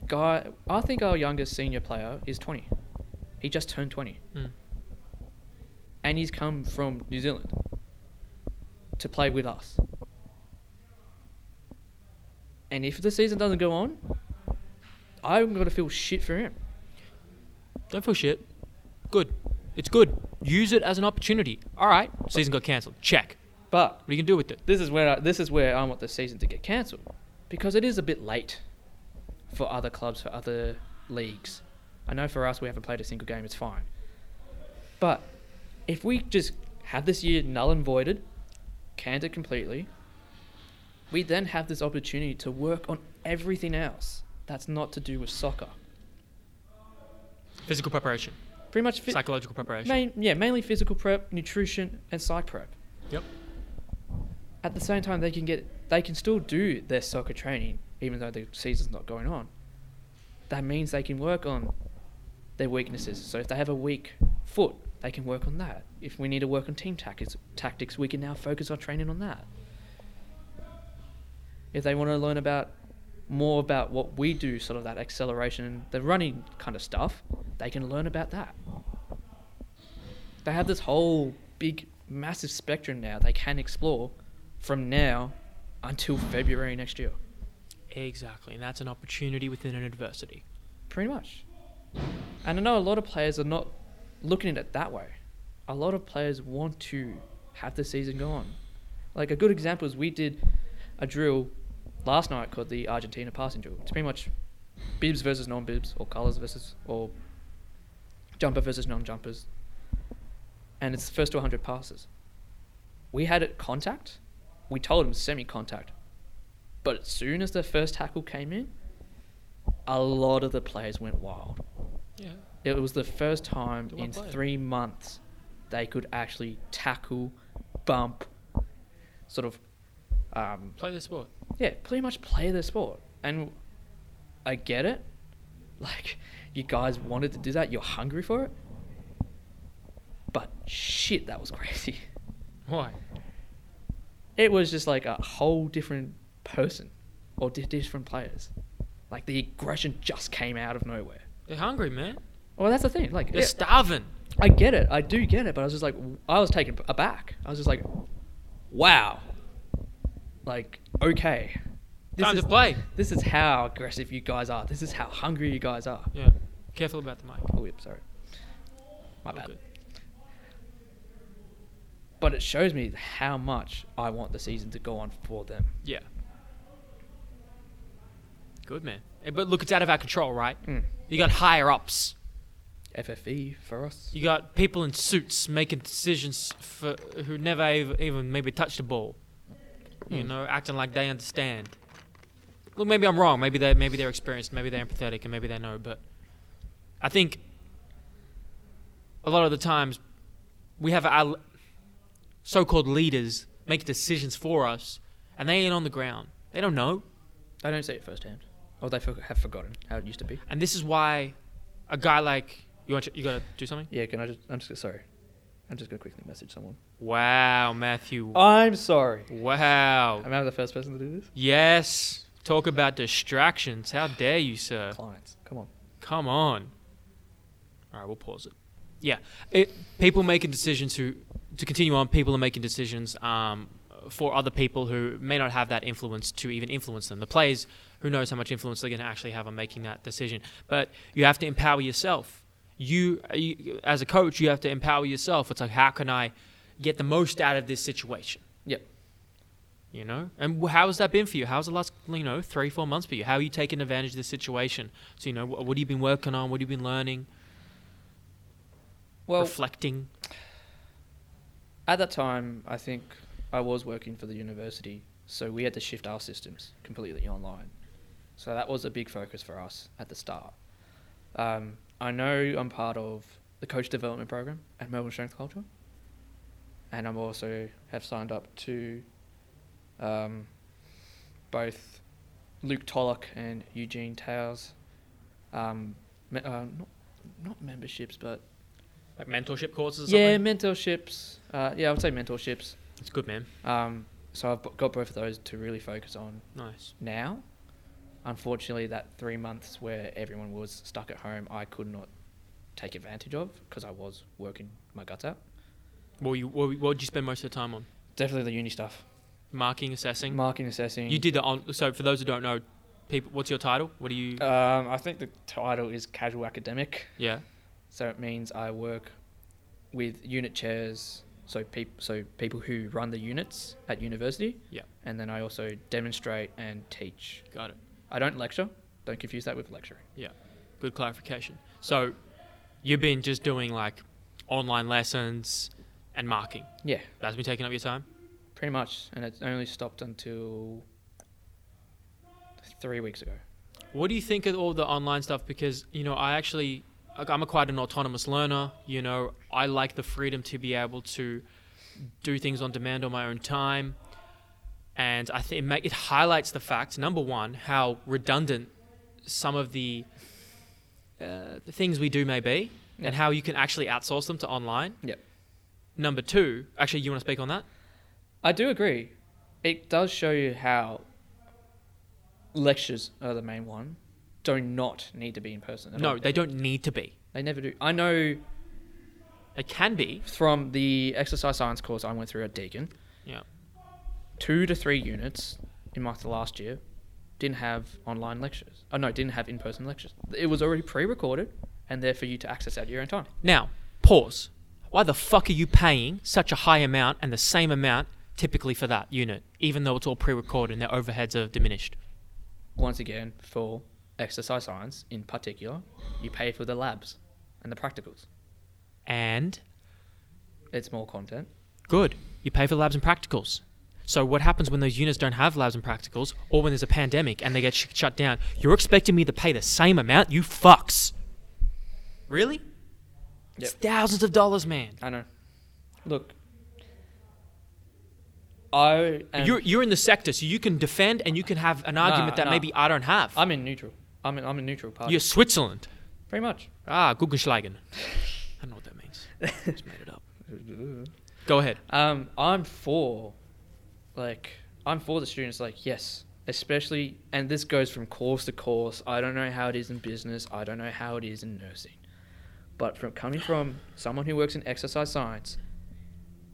Speaker 2: guy. I think our youngest senior player is twenty. He just turned twenty,
Speaker 1: Mm.
Speaker 2: and he's come from New Zealand to play with us. And if the season doesn't go on, I'm gonna feel shit for him.
Speaker 1: Don't feel shit. Good. It's good. Use it as an opportunity. All right. Season got cancelled. Check.
Speaker 2: But
Speaker 1: What are you gonna do with it?
Speaker 2: this is where I, this is where I want the season to get cancelled because it is a bit late for other clubs for other leagues. I know for us we haven't played a single game, it's fine. But if we just have this year null and voided, canned it completely. We then have this opportunity to work on everything else that's not to do with soccer.
Speaker 1: Physical preparation,
Speaker 2: Pretty much, fi-
Speaker 1: psychological preparation.
Speaker 2: main, yeah, mainly physical prep, nutrition, and psych prep.
Speaker 1: Yep.
Speaker 2: At the same time, they can get they can still do their soccer training even though the season's not going on. That means they can work on their weaknesses. So if they have a weak foot, they can work on that. If we need to work on team tactics, tactics, we can now focus our training on that. If they want to learn about more about what we do, sort of that acceleration and the running kind of stuff, they can learn about that. They have this whole big, massive spectrum now they can explore from now until February next year.
Speaker 1: Exactly, and that's an opportunity within an adversity.
Speaker 2: Pretty much. And I know a lot of players are not looking at it that way. A lot of players want to have the season go on. Like a good example is we did a drill last night called the Argentina passing drill. It's pretty much bibs versus non bibs or colours versus or jumper versus non jumpers. And it's the first to 100 passes. We had it contact. We told them semi contact. But as soon as the first tackle came in, a lot of the players went wild.
Speaker 1: Yeah.
Speaker 2: It was the first time
Speaker 1: The one
Speaker 2: in
Speaker 1: player.
Speaker 2: three months they could actually tackle, bump, sort of, um,
Speaker 1: Play the sport.
Speaker 2: yeah, pretty much play their sport. And I get it. Like, you guys wanted to do that, you're hungry for it. But shit, that was crazy.
Speaker 1: Why?
Speaker 2: It was just like a whole different person or di- different players. Like, the aggression just came out of nowhere.
Speaker 1: They're hungry, man.
Speaker 2: Well, that's the thing. Like,
Speaker 1: They're
Speaker 2: it-
Speaker 1: starving.
Speaker 2: I get it. I do get it. But I was just like, I was taken aback. I was just like, wow. Like, okay.
Speaker 1: Time
Speaker 2: is,
Speaker 1: to play.
Speaker 2: This is how aggressive you guys are. This is how hungry you guys are.
Speaker 1: Yeah. Careful about the mic.
Speaker 2: Oh, yep, sorry. My
Speaker 1: All
Speaker 2: bad.
Speaker 1: good.
Speaker 2: But it shows me how much I want the season to go on for them.
Speaker 1: Yeah. Good man. Eh, But look, it's out of our control, right?
Speaker 2: Mm.
Speaker 1: You got higher ups.
Speaker 2: FFE E for us.
Speaker 1: You got people in suits making decisions for who never ev- even maybe touched the ball. You know, acting like they understand. Look, maybe I'm wrong. Maybe they maybe they're experienced. Maybe they're empathetic, and maybe they know. But I think a lot of the times we have our so-called leaders make decisions for us, and they ain't on the ground. They don't know.
Speaker 2: I don't see it firsthand. Or they for- have forgotten how it used to be.
Speaker 1: And this is why a guy like you want you gotta do something.
Speaker 2: Yeah, can I just. I'm just. Sorry. I'm just going to quickly message someone.
Speaker 1: Wow, Matthew.
Speaker 2: I'm sorry.
Speaker 1: Wow.
Speaker 2: Am I the first person to do this?
Speaker 1: Yes. Talk about distractions. How dare you, sir?
Speaker 2: Clients. Come on.
Speaker 1: Come on. All right, we'll pause it. Yeah, it, people making decisions who to continue on. People are making decisions um, for other people who may not have that influence to even influence them. The players, who knows how much influence they're going to actually have on making that decision. But you have to empower yourself. You, you as a coach, you have to empower yourself. It's like, how can I get the most out of this situation?
Speaker 2: Yep.
Speaker 1: You know, and wh- how has that been for you? How's the last, you know, three, four months for you? How are you taking advantage of this situation? So, you know, wh- what have you been working on? What have you been learning?
Speaker 2: Well,
Speaker 1: reflecting.
Speaker 2: at that time, I think I was working for the university, so we had to shift our systems completely online. So that was a big focus for us at the start. Um, I know I'm part of the coach development program at Melbourne Strength Culture, and I'm also have signed up to um, both Luke Tollock and Eugene Towers. Um, me- uh, not, not memberships, but
Speaker 1: Like mentorship courses or
Speaker 2: yeah,
Speaker 1: something?
Speaker 2: mentorships. Uh, yeah, I would say mentorships.
Speaker 1: It's good, man.
Speaker 2: Um, so I've got both of those to really focus on
Speaker 1: Nice.
Speaker 2: now. Unfortunately, that three months where everyone was stuck at home, I could not take advantage of because I was working my guts out.
Speaker 1: What, were you, what, were- what did you spend most of the time on?
Speaker 2: Definitely the uni stuff,
Speaker 1: Marking, assessing?
Speaker 2: marking, assessing.
Speaker 1: you did the on. So, for those who don't know, people, what's your title? What do you.
Speaker 2: Um, I think the title is casual academic,
Speaker 1: yeah.
Speaker 2: so it means I work with unit chairs, so peop- so people who run the units at university.
Speaker 1: Yeah.
Speaker 2: And then I also demonstrate and teach.
Speaker 1: Got it.
Speaker 2: I don't lecture. Don't confuse that with lecturing.
Speaker 1: Good clarification. So, you've been just doing like online lessons and marking.
Speaker 2: Yeah.
Speaker 1: That's been taking up your time?
Speaker 2: pretty much, and it only stopped until three weeks ago.
Speaker 1: What do you think of all the online stuff? Because you know, I actually, I'm a quite an autonomous learner. You know, I like the freedom to be able to do things on demand on my own time, and I think it, ma- it highlights the fact number one how redundant some of the uh, the things we do may be,
Speaker 2: Yeah.
Speaker 1: and how you can actually outsource them to online.
Speaker 2: Yep.
Speaker 1: Number two, actually, you want to speak on that?
Speaker 2: I do agree. It does show you how lectures are the main one. Do not need to be in person. at
Speaker 1: No,
Speaker 2: all.
Speaker 1: they don't need to be.
Speaker 2: they never do. I know
Speaker 1: They can be.
Speaker 2: from the exercise science course I went through at Deakin,
Speaker 1: Yeah.
Speaker 2: two to three units in my last year didn't have online lectures. Oh no, didn't have in-person lectures. It was already pre-recorded and there for you to access at your own time.
Speaker 1: Now, pause. Why the fuck are you paying such a high amount and the same amount typically for that unit, even though it's all pre-recorded and their overheads are diminished?
Speaker 2: Once again, for exercise science in particular, you pay for the labs and the practicals.
Speaker 1: And
Speaker 2: It's more content.
Speaker 1: good, you pay for labs and practicals. So what happens when those units don't have labs and practicals, or when there's a pandemic and they get sh- shut down? You're expecting me to pay the same amount, you fucks. Really? It's
Speaker 2: Yep.
Speaker 1: thousands of dollars, man.
Speaker 2: I know. Look, I am,
Speaker 1: You're, you're in the sector, so you can defend and you can have an argument that
Speaker 2: nah.
Speaker 1: maybe I don't have.
Speaker 2: I'm in neutral. I'm in, I'm in neutral party.
Speaker 1: You're Switzerland.
Speaker 2: pretty much.
Speaker 1: Ah, Guggenschlagen. I don't know what that means. Just made it up. Go ahead.
Speaker 2: Um, I'm for, like, I'm for the students. Like, yes, especially, and this goes from course to course. I don't know how it is in business. I don't know how it is in nursing, but from coming from someone who works in exercise science,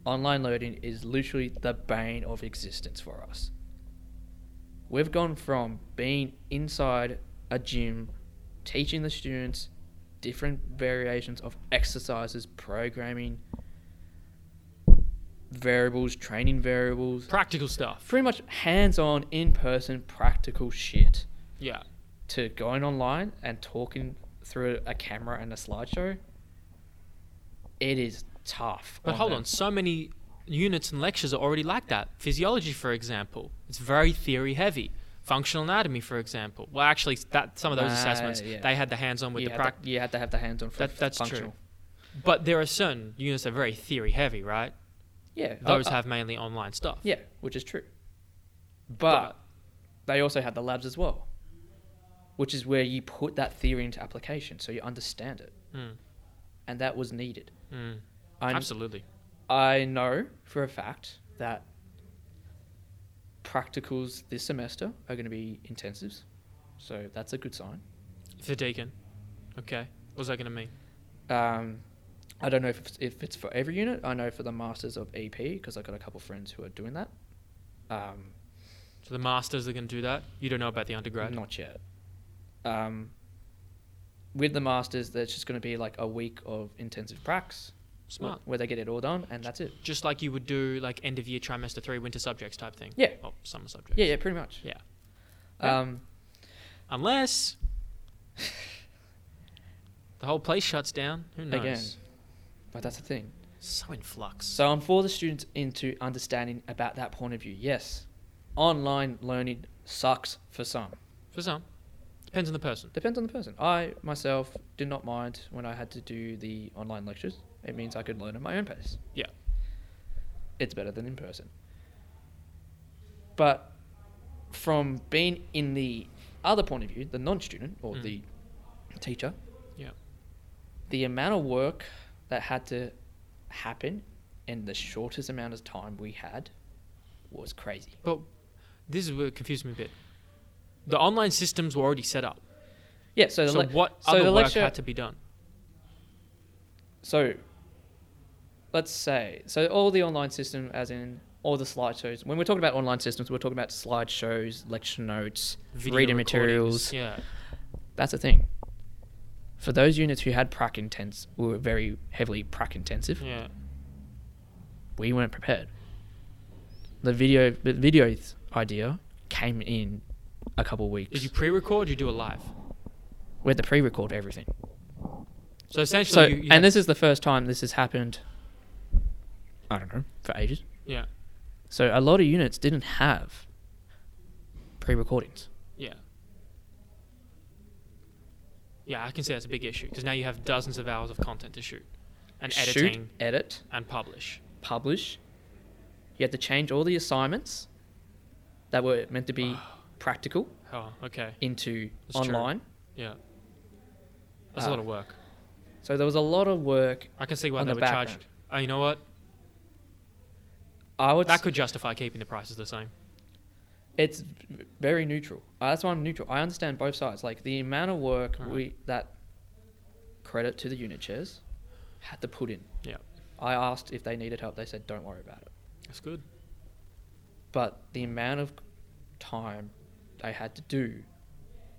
Speaker 2: online learning is literally the bane of existence for us. We've gone from being inside a gym, teaching the students different variations of exercises, programming, variables, training variables,
Speaker 1: Practical stuff.
Speaker 2: pretty much hands on, in person, practical shit
Speaker 1: Yeah.
Speaker 2: to going online and talking through a camera and a slideshow. It is tough.
Speaker 1: But hold
Speaker 2: them.
Speaker 1: on, so many units and lectures are already like that. Physiology, for example, it's very theory heavy. Functional anatomy, for example. Well, actually, that some of those
Speaker 2: Ah,
Speaker 1: assessments
Speaker 2: yeah.
Speaker 1: they had the hands-on with
Speaker 2: you,
Speaker 1: the
Speaker 2: had
Speaker 1: practice.
Speaker 2: to, you had to have the hands on for
Speaker 1: That-
Speaker 2: f-
Speaker 1: that's true.
Speaker 2: functional.
Speaker 1: But there are certain units that are very theory heavy, right?
Speaker 2: Yeah, uh,
Speaker 1: Those
Speaker 2: uh,
Speaker 1: have mainly online stuff.
Speaker 2: yeah, which is true. But they also had the labs as well, which is where you put that theory into application, so you understand it,
Speaker 1: Mm,
Speaker 2: and that was needed.
Speaker 1: mm,
Speaker 2: I,
Speaker 1: absolutely.
Speaker 2: I know for a fact that practicals this semester are going to be intensives, so that's a good sign.
Speaker 1: For Deacon, okay. What's that going to mean?
Speaker 2: Um, I don't know if it's, if it's for every unit. I know for the masters of EP because I got a couple friends who are doing that. Um,
Speaker 1: So the masters are going to do that. You don't know about the undergrad.
Speaker 2: Not yet. Um, with the masters, there's just going to be like a week of intensive pracs wh-
Speaker 1: Smart.
Speaker 2: where they get it all done, and that's it.
Speaker 1: just like you would do like end of year trimester three winter subjects type thing.
Speaker 2: Yeah.
Speaker 1: Or summer subjects.
Speaker 2: Yeah, yeah, pretty much.
Speaker 1: Yeah. Yeah.
Speaker 2: Um,
Speaker 1: Unless the whole place shuts down. Who knows?
Speaker 2: Again. but that's the thing.
Speaker 1: So in flux.
Speaker 2: So I'm for the students into understanding about that point of view. Yes, online learning sucks for some.
Speaker 1: For some, depends on the person.
Speaker 2: Depends on the person. I myself did not mind when I had to do the online lectures. It means I could learn at my own pace.
Speaker 1: Yeah.
Speaker 2: It's better than in person. But from being in the other point of view, the non student or
Speaker 1: Mm.
Speaker 2: the teacher,
Speaker 1: Yeah.
Speaker 2: the amount of work that had to happen in the shortest amount of time we had was crazy.
Speaker 1: But this is what confused me a bit. The online systems were already set up.
Speaker 2: Yeah, so the
Speaker 1: so
Speaker 2: le-
Speaker 1: what
Speaker 2: so
Speaker 1: other
Speaker 2: the
Speaker 1: work
Speaker 2: lecture-
Speaker 1: had to be done?
Speaker 2: So, let's say, so all the online system, as in all the slideshows, when we're talking about online systems, we're talking about slideshows, lecture notes,
Speaker 1: Video
Speaker 2: reading
Speaker 1: recordings,
Speaker 2: materials.
Speaker 1: Yeah.
Speaker 2: That's the thing. For those units who had prac intense, we were very heavily prac intensive.
Speaker 1: Yeah.
Speaker 2: We weren't prepared. The video, the video th- idea came in a couple
Speaker 1: Did
Speaker 2: weeks.
Speaker 1: you pre-record? Or you do a live.
Speaker 2: we had to pre-record everything.
Speaker 1: So essentially,
Speaker 2: So,
Speaker 1: you, you
Speaker 2: and
Speaker 1: had-
Speaker 2: this is the first time this has happened. I don't know for ages.
Speaker 1: yeah.
Speaker 2: So a lot of units didn't have pre-recordings.
Speaker 1: Yeah. Yeah, I can see that's a big issue because now you have dozens of hours of content to shoot and editing
Speaker 2: Shoot, edit,
Speaker 1: and publish.
Speaker 2: publish. You had to change all the assignments that were meant to be practical
Speaker 1: Oh, okay.
Speaker 2: into
Speaker 1: That's true.
Speaker 2: online.
Speaker 1: Yeah. That's a
Speaker 2: Ah.
Speaker 1: lot of work.
Speaker 2: So there was a lot of work.
Speaker 1: I can see why
Speaker 2: On
Speaker 1: they
Speaker 2: the
Speaker 1: were charged.
Speaker 2: background.
Speaker 1: Oh, you know what?
Speaker 2: I would.
Speaker 1: That
Speaker 2: s-
Speaker 1: could justify keeping the prices the same.
Speaker 2: it's v- very neutral. Uh, that's why I'm neutral. I understand both sides. Like the amount of work
Speaker 1: Alright.
Speaker 2: we that credit to the unit chairs had to put in.
Speaker 1: Yeah.
Speaker 2: I asked if they needed help. They said, "Don't worry about it."
Speaker 1: That's good.
Speaker 2: But the amount of time they had to do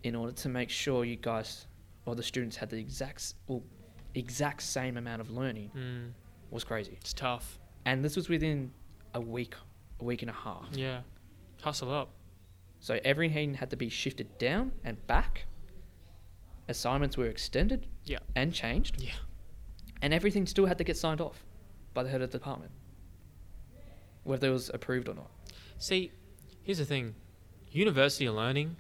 Speaker 2: in order to make sure you guys or the students had the exact s- well, exact same amount of learning
Speaker 1: Mm,
Speaker 2: was crazy.
Speaker 1: it's tough.
Speaker 2: And this was within a week, a week and a half.
Speaker 1: Yeah. Hustle up.
Speaker 2: So every hand had to be shifted down and back. Assignments were extended
Speaker 1: Yeah.
Speaker 2: and changed.
Speaker 1: Yeah.
Speaker 2: And everything still had to get signed off by the head of the department, whether it was approved or not.
Speaker 1: See, here's the thing university learning,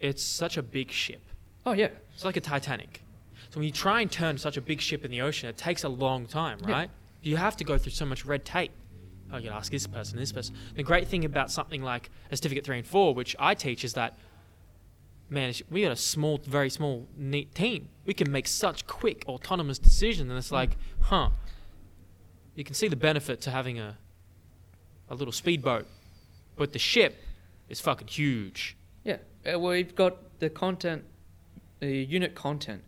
Speaker 1: it's such a big ship.
Speaker 2: Oh, yeah.
Speaker 1: It's like a Titanic. So when you try and turn such a big ship in the ocean, it takes a long time,
Speaker 2: Yeah.
Speaker 1: right? You have to go through so much red tape. Oh, you gotta ask this person, this person. The great thing about something like a certificate three and four, which I teach, is that man, it's- we got a small, very small, neat team. We can make such quick, autonomous decisions, and it's like, huh? You can see the benefit to having a a little speedboat, but the ship is fucking huge.
Speaker 2: Yeah. Uh, well, you've got the content, the unit content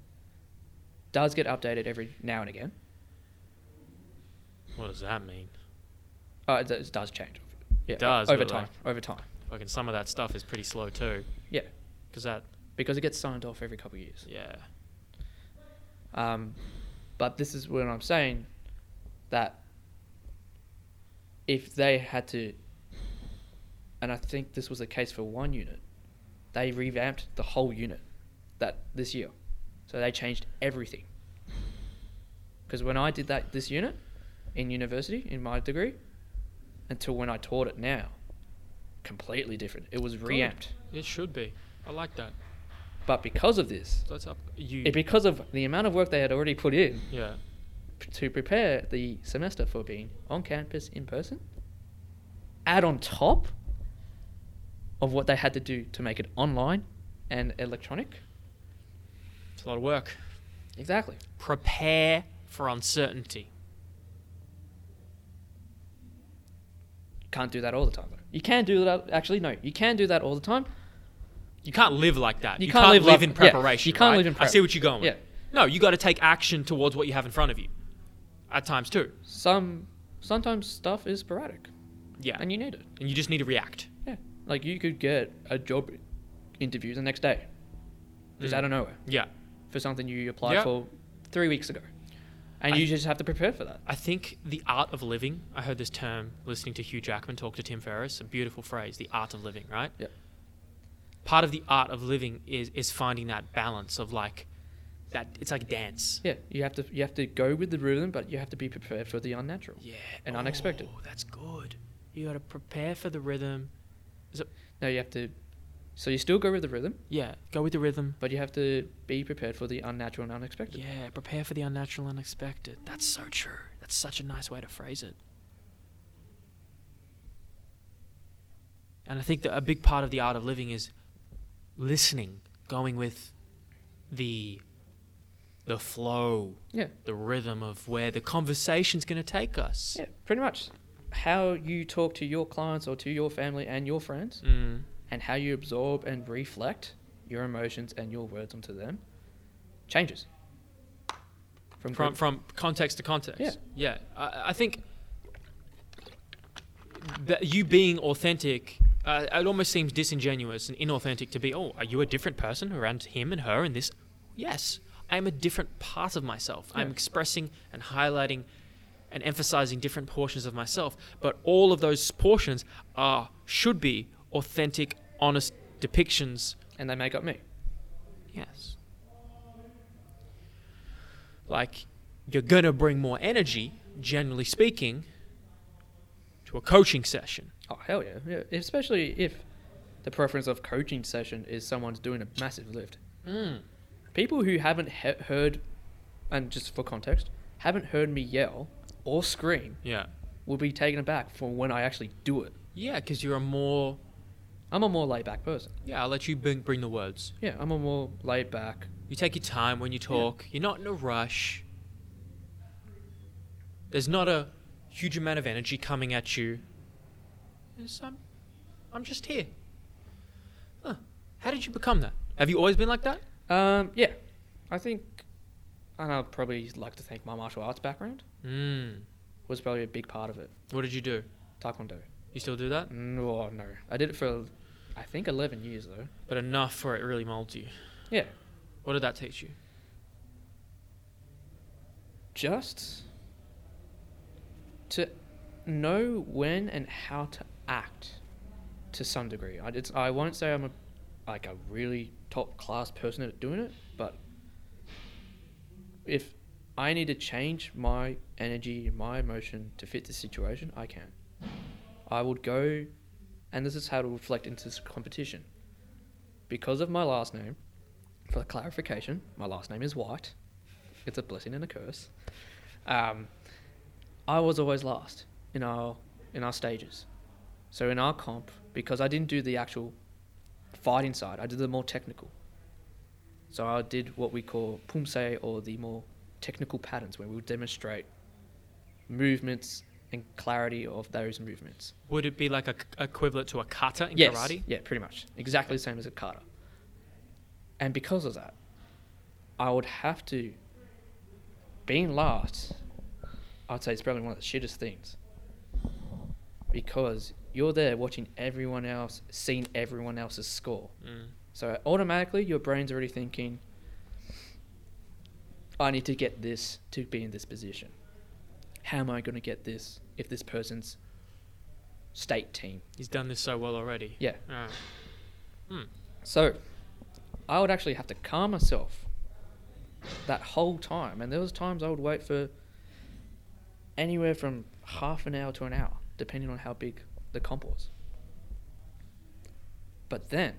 Speaker 2: does get updated every now and again.
Speaker 1: What does that mean?
Speaker 2: Uh, it, does- it does change. Yeah,
Speaker 1: does,
Speaker 2: Over
Speaker 1: but,
Speaker 2: time. Over time.
Speaker 1: Fucking some of that stuff is pretty slow too.
Speaker 2: Yeah.
Speaker 1: Because that,
Speaker 2: Because it gets signed off every couple of years.
Speaker 1: yeah,
Speaker 2: Um, but this is what I'm saying that if they had to, and I think this was the case for one unit, they revamped the whole unit that this year, so they changed everything. Because when I did that this unit in university in my degree, until when I taught it now, completely different. It was reamped,
Speaker 1: it should be. I like that.
Speaker 2: but because of this,
Speaker 1: That's up. You,
Speaker 2: it, because of the amount of work they had already put in,
Speaker 1: yeah,
Speaker 2: p- to prepare the semester for being on campus in person, add on top of what they had to do to make it online and electronic.
Speaker 1: it's a lot of work.
Speaker 2: Exactly.
Speaker 1: Prepare for uncertainty.
Speaker 2: Can't do that all the time. Though. You can do that. Actually, no. You can do that all the time.
Speaker 1: You can't live like that.
Speaker 2: You
Speaker 1: You,
Speaker 2: can't
Speaker 1: can't,
Speaker 2: live
Speaker 1: live, in
Speaker 2: like- yeah,
Speaker 1: preparation.
Speaker 2: you can't
Speaker 1: right?
Speaker 2: live in
Speaker 1: I see
Speaker 2: prep.
Speaker 1: what you're going. with.
Speaker 2: Yeah.
Speaker 1: No, you got to take action towards what you have in front of you. At times too.
Speaker 2: Some sometimes stuff is sporadic,
Speaker 1: Yeah. And
Speaker 2: and you need it.
Speaker 1: you, just need to react.
Speaker 2: Yeah. Like you could get a job interview the next day, just
Speaker 1: Mm.
Speaker 2: out of nowhere
Speaker 1: Yeah.
Speaker 2: for something you applied
Speaker 1: Yeah.
Speaker 2: for three weeks ago, and
Speaker 1: I-
Speaker 2: you just have to prepare for that.
Speaker 1: I think the art of living. I heard this term listening to Hugh Jackman talk to Tim Ferriss. A beautiful phrase. The art of living. Right.
Speaker 2: Yeah.
Speaker 1: Part of the art of living is is finding that balance of like that. It's like a dance.
Speaker 2: Yeah, you have to you have to go with the rhythm, but you have to be prepared for the unnatural.
Speaker 1: Yeah.
Speaker 2: and unexpected.
Speaker 1: Oh, that's good. You got to prepare for the rhythm.
Speaker 2: No, you have to. So you still go with the rhythm,
Speaker 1: Yeah, go with the rhythm.
Speaker 2: but you have to be prepared for the unnatural and unexpected.
Speaker 1: Yeah, prepare for the unnatural and unexpected. That's so true. That's such a nice way to phrase it. And I think that a big part of the art of living is listening, going with the the flow,
Speaker 2: Yeah,
Speaker 1: the rhythm of where the conversation's going to take us.
Speaker 2: yeah, pretty much. How you talk to your clients or to your family and your friends,
Speaker 1: Mm.
Speaker 2: and how you absorb and reflect your emotions and your words onto them, changes. From,
Speaker 1: from
Speaker 2: good-
Speaker 1: from context to context.
Speaker 2: Yeah.
Speaker 1: yeah. I, I think that you being authentic, uh, it almost seems disingenuous and inauthentic to be. Oh, are you a different person around him and her and this? Yes, I am a different part of myself. I'm
Speaker 2: Yeah.
Speaker 1: expressing and highlighting and emphasizing different portions of myself, but all of those portions are should be authentic, honest depictions
Speaker 2: and they make up me.
Speaker 1: Yes. Like, you're going to bring more energy, generally speaking, to a coaching session.
Speaker 2: Oh hell yeah. yeah! Especially if the preference of coaching session is someone's doing a massive lift.
Speaker 1: Mm.
Speaker 2: People who haven't he- heard, and just for context, haven't heard me yell or scream
Speaker 1: Yeah.
Speaker 2: will be taken aback for when I actually do it.
Speaker 1: Yeah, because you're a more.
Speaker 2: I'm a more laid back person.
Speaker 1: Yeah, I'll let you bring, bring the words.
Speaker 2: Yeah, I'm a more laid back.
Speaker 1: You take your time when you talk. You're not in a rush. There's not a huge amount of energy coming at you. It's, I'm, I'm just here. Huh. How did you become that? Have you always been like that?
Speaker 2: Um, yeah, I think, and I'd probably like to thank my martial arts background
Speaker 1: Mm.
Speaker 2: was probably a big part of it.
Speaker 1: What did you do?
Speaker 2: Taekwondo.
Speaker 1: You still do that?
Speaker 2: No, no, I did it for, I think, 11 years though.
Speaker 1: But enough for it really molds you.
Speaker 2: Yeah,
Speaker 1: What did that teach you?
Speaker 2: just to know when and how to act to some degree. I, it's, I won't say I'm a like a really top class person at doing it, but if I need to change my energy and my emotion to fit the situation, I can. I would go, and this is how to reflect into this competition. Because of my last name, for clarification, my last name is White. It's a blessing and a curse um, I was always last in our in our stages. So in our comp, because I didn't do the actual fighting side, I did the more technical. So I did what we call pumse or the more technical patterns where we would demonstrate movements and clarity of those movements.
Speaker 1: Would it be like a equivalent to a kata in
Speaker 2: yes.
Speaker 1: karate?
Speaker 2: Yeah, pretty much. Exactly the same as a kata. And because of that, I would have to being last, I'd say it's probably one of the shittest things. Because you're there watching everyone else, seeing everyone else's score.
Speaker 1: Mm.
Speaker 2: So automatically your brain's already thinking, I need to get this to be in this position. How am I going to get this if this person's state team
Speaker 1: He's done this so well already.
Speaker 2: Yeah.
Speaker 1: Uh,
Speaker 2: So, I would actually have to calm myself that whole time, and there was times I would wait for anywhere from half an hour to an hour, depending on how big the comp was. But then,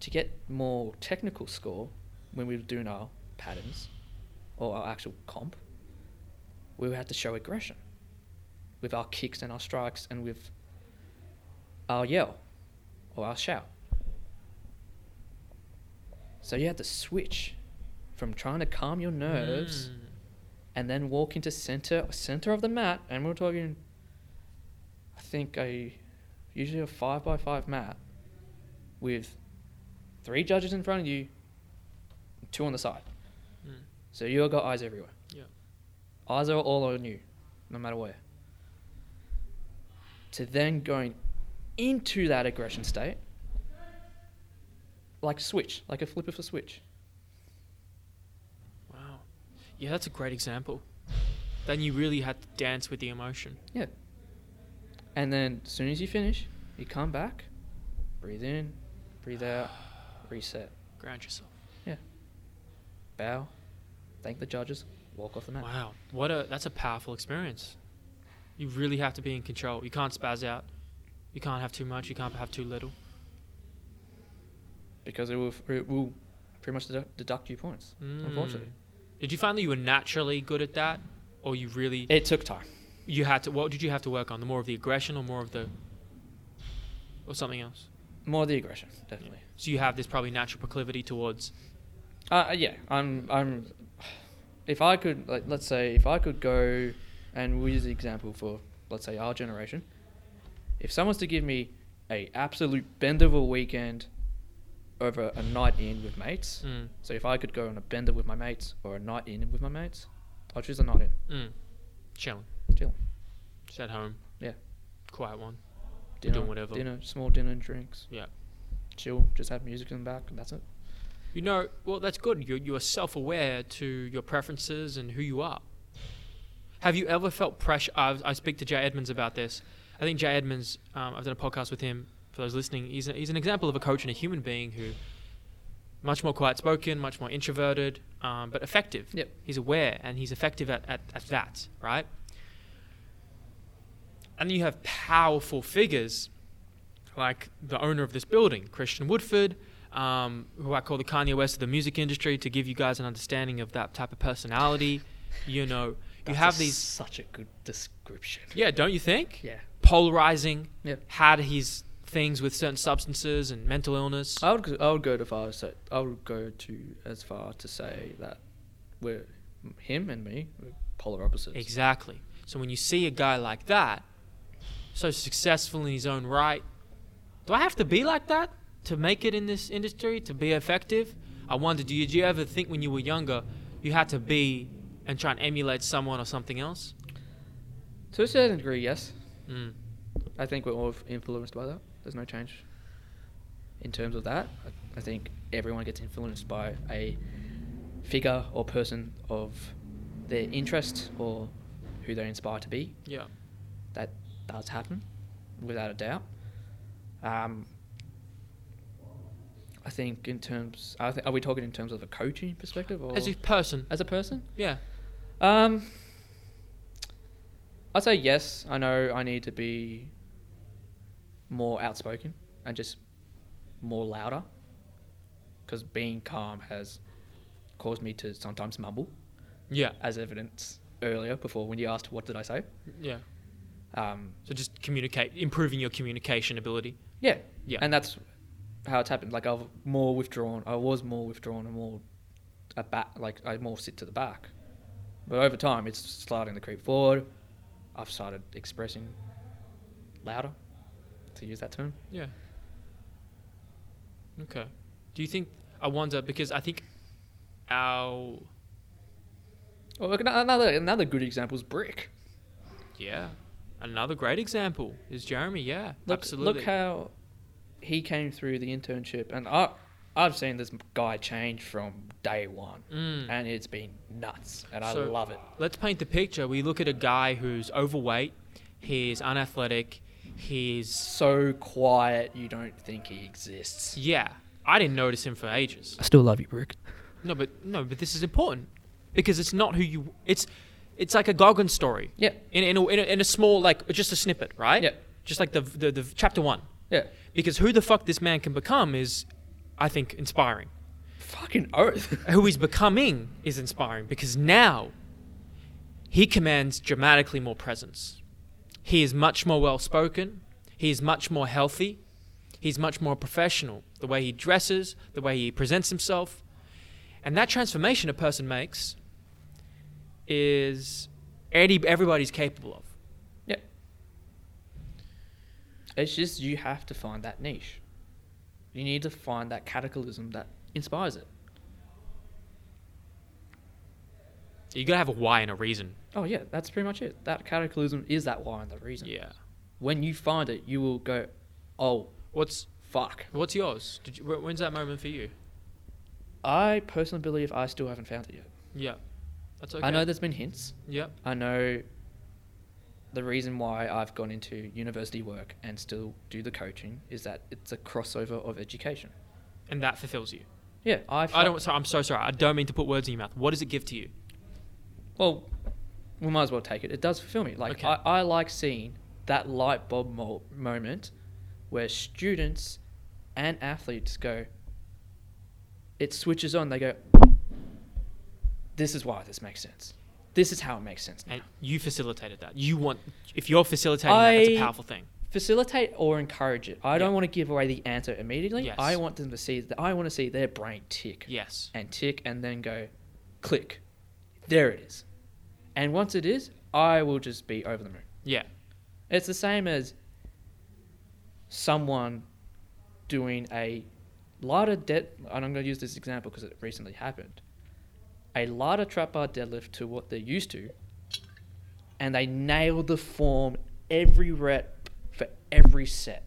Speaker 2: to get more technical score when we were doing our patterns or our actual comp, we would have to show aggression with our kicks and our strikes and with our yell or our shout. So you had to switch from trying to calm your nerves
Speaker 1: mm.
Speaker 2: and then walk into center center of the mat and we're talking I think a usually a five by five mat with three judges in front of you, two on the side.
Speaker 1: Mm.
Speaker 2: So you've got eyes everywhere.
Speaker 1: Yeah.
Speaker 2: Eyes are all on you, no matter where. To then going into that aggression state like a switch, like a flip of a switch.
Speaker 1: Wow. Yeah, that's a great example. Then you really had to dance with the emotion.
Speaker 2: And then as soon as you finish, you come back, breathe in, breathe out, reset,
Speaker 1: Ground yourself.
Speaker 2: bow, thank the judges, walk off the mat.
Speaker 1: Wow. What a that's a powerful experience. You really have to be in control. You can't spaz out. You can't have too much. You can't have too little.
Speaker 2: Because it will, it will pretty much deduct, deduct your points, unfortunately.
Speaker 1: Mm. Did you find that you were naturally good at that, or you really
Speaker 2: It took time.
Speaker 1: you had to? What did you have to work on? The more of the aggression, or more of the, or something else?
Speaker 2: More the aggression, definitely.
Speaker 1: So you have this probably natural proclivity towards.
Speaker 2: Uh, yeah, I'm, I'm, if I could, like, let's say, if I could go, and we'll use the example for, let's say, our generation. If someone's to give me a absolute bend of a weekend over a night in with mates,
Speaker 1: Mm,
Speaker 2: So if I could go on a bender with my mates or a night in with my mates, I'll choose a night in.
Speaker 1: mm, chilling.
Speaker 2: Chilling.
Speaker 1: Just at home.
Speaker 2: Yeah.
Speaker 1: Quiet one. You're
Speaker 2: Dinner,
Speaker 1: doing whatever.
Speaker 2: Dinner, small dinner and drinks.
Speaker 1: Yeah.
Speaker 2: Chill, just have music in the back, and that's it.
Speaker 1: You know, well, that's good. You're, you're self aware to your preferences and who you are. Have you ever felt pressure? I, I speak to Jay Edmonds about this. I think Jay Edmonds, um, I've done a podcast with him. For those listening, he's, a, he's an example of a coach and a human being who much more quiet spoken, much more introverted, um, but effective.
Speaker 2: Yep.
Speaker 1: He's aware and he's effective at, at, at that, right? And then you have powerful figures like the owner of this building, Christian Woodford, um, who I call the Kanye West of the music industry to give you guys an understanding of that type of personality. You know, you
Speaker 2: That's
Speaker 1: have
Speaker 2: a-
Speaker 1: these,
Speaker 2: such a good description.
Speaker 1: yeah, don't you think?
Speaker 2: Yeah.
Speaker 1: Polarizing,
Speaker 2: Yeah.
Speaker 1: had his things with certain substances and mental illness.
Speaker 2: I would I would go to far so I would go to as far to say that we're him and me we're polar opposites.
Speaker 1: Exactly. So when you see a guy like that, so successful in his own right, do I have to be like that to make it in this industry, to be effective? I wonder, do you, do you ever think when you were younger, you had to be and try and emulate someone or something else?
Speaker 2: to a certain degree, yes.
Speaker 1: Mm.
Speaker 2: I think we're all influenced by that. There's no change in terms of that. I- I think everyone gets influenced by a figure or person of their interest or who they're inspired to be.
Speaker 1: Yeah.
Speaker 2: That does happen, without a doubt. Um, I think in terms, I think, are we talking in terms of a coaching perspective or
Speaker 1: As a person.
Speaker 2: as a person?
Speaker 1: Yeah.
Speaker 2: Um, I'd say yes. I know I need to be more outspoken and just more louder because being calm has caused me to sometimes mumble,
Speaker 1: Yeah.
Speaker 2: as evidence earlier before when you asked what did I say.
Speaker 1: Yeah.
Speaker 2: Um,
Speaker 1: So just communicate, improving your communication ability.
Speaker 2: yeah,
Speaker 1: Yeah.
Speaker 2: and that's how it's happened. Like I've more withdrawn. I was more withdrawn and more a back. Like I more sit to the back. But over time, it's starting to creep forward. I've started expressing louder, to use that term.
Speaker 1: Yeah. Okay. Do you think, I wonder, because I think our,
Speaker 2: Well, Oh, look, another another good example is Brick.
Speaker 1: Yeah. Another great example is Jeremy. Yeah,
Speaker 2: Look,
Speaker 1: absolutely.
Speaker 2: Look how he came through the internship, and I I've seen this guy change from day one,
Speaker 1: Mm.
Speaker 2: and it's been nuts, and I
Speaker 1: So-
Speaker 2: love it.
Speaker 1: Let's paint the picture. We look at a guy who's overweight, he's unathletic, he's.
Speaker 2: So quiet, you don't think he exists.
Speaker 1: Yeah, I didn't notice him for ages.
Speaker 2: I still love you, Brick.
Speaker 1: No, but no, but this is important because it's not who you. It's it's like a Goggins story.
Speaker 2: Yeah.
Speaker 1: In in a, in a, in a small like just a snippet, right?
Speaker 2: Yeah.
Speaker 1: Just like the the, the chapter one,
Speaker 2: Yeah.
Speaker 1: because who the fuck this man can become is, I think, inspiring.
Speaker 2: Fucking oath.
Speaker 1: who he's becoming is inspiring because now he commands dramatically more presence. He is much more well spoken. He is much more healthy. He's much more professional. The way he dresses, the way he presents himself. And that transformation a person makes is any, everybody's capable of.
Speaker 2: yeah. It's just you have to find that niche. You need to find that cataclysm that inspires it.
Speaker 1: You gotta have a why and a reason.
Speaker 2: Oh yeah, that's pretty much it. That cataclysm is that why and the reason.
Speaker 1: Yeah.
Speaker 2: When you find it, you will go, oh
Speaker 1: What's
Speaker 2: fuck.
Speaker 1: what's yours? Did you, wh- when's that moment for you?
Speaker 2: I personally believe I still haven't found it yet.
Speaker 1: Yeah. That's okay.
Speaker 2: I know there's been hints.
Speaker 1: Yep.
Speaker 2: I know the reason why I've gone into university work and still do the coaching is that it's a crossover of education.
Speaker 1: And that fulfills you.
Speaker 2: Yeah, I.
Speaker 1: I
Speaker 2: fi-
Speaker 1: don't. Sorry, I'm so sorry. I don't mean to put words in your mouth. What does it give to you?
Speaker 2: Well, we might as well take it. It does fulfill me. Like
Speaker 1: Okay.
Speaker 2: I, I like seeing that light bulb mo- moment where students and athletes go. It switches on. They go. This is why this makes sense. This is how it makes sense. Now.
Speaker 1: And you facilitated that. You want. If you're facilitating that,
Speaker 2: I-
Speaker 1: that's a powerful thing.
Speaker 2: Facilitate or encourage it. I don't
Speaker 1: Yeah.
Speaker 2: want to give away the answer immediately.
Speaker 1: Yes.
Speaker 2: I want them to see. That I want to see their brain tick.
Speaker 1: Yes.
Speaker 2: and tick and then go click. There it is. And once it is, I will just be over the moon.
Speaker 1: Yeah.
Speaker 2: It's the same as someone doing a lighter dead and I'm going to use this example because it recently happened. A lighter trap bar deadlift to what they're used to and they nail the form every rep for every set.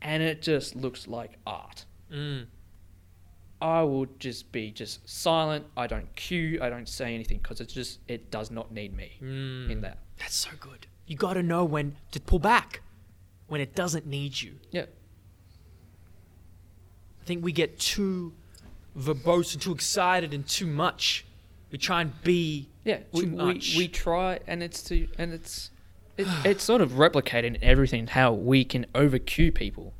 Speaker 2: And it just looks like art.
Speaker 1: Mm.
Speaker 2: I will just be just silent. I don't cue. I don't say anything because it's just it does not need me
Speaker 1: Mm.
Speaker 2: in that.
Speaker 1: That's so good. You got to know when to pull back, when it doesn't need you.
Speaker 2: Yeah,
Speaker 1: I think we get too verbose and too excited and too much. We try and be
Speaker 2: yeah. We,
Speaker 1: Too
Speaker 2: we,
Speaker 1: much.
Speaker 2: we try and it's to and it's it, it's sort of replicating everything how we can over queue people.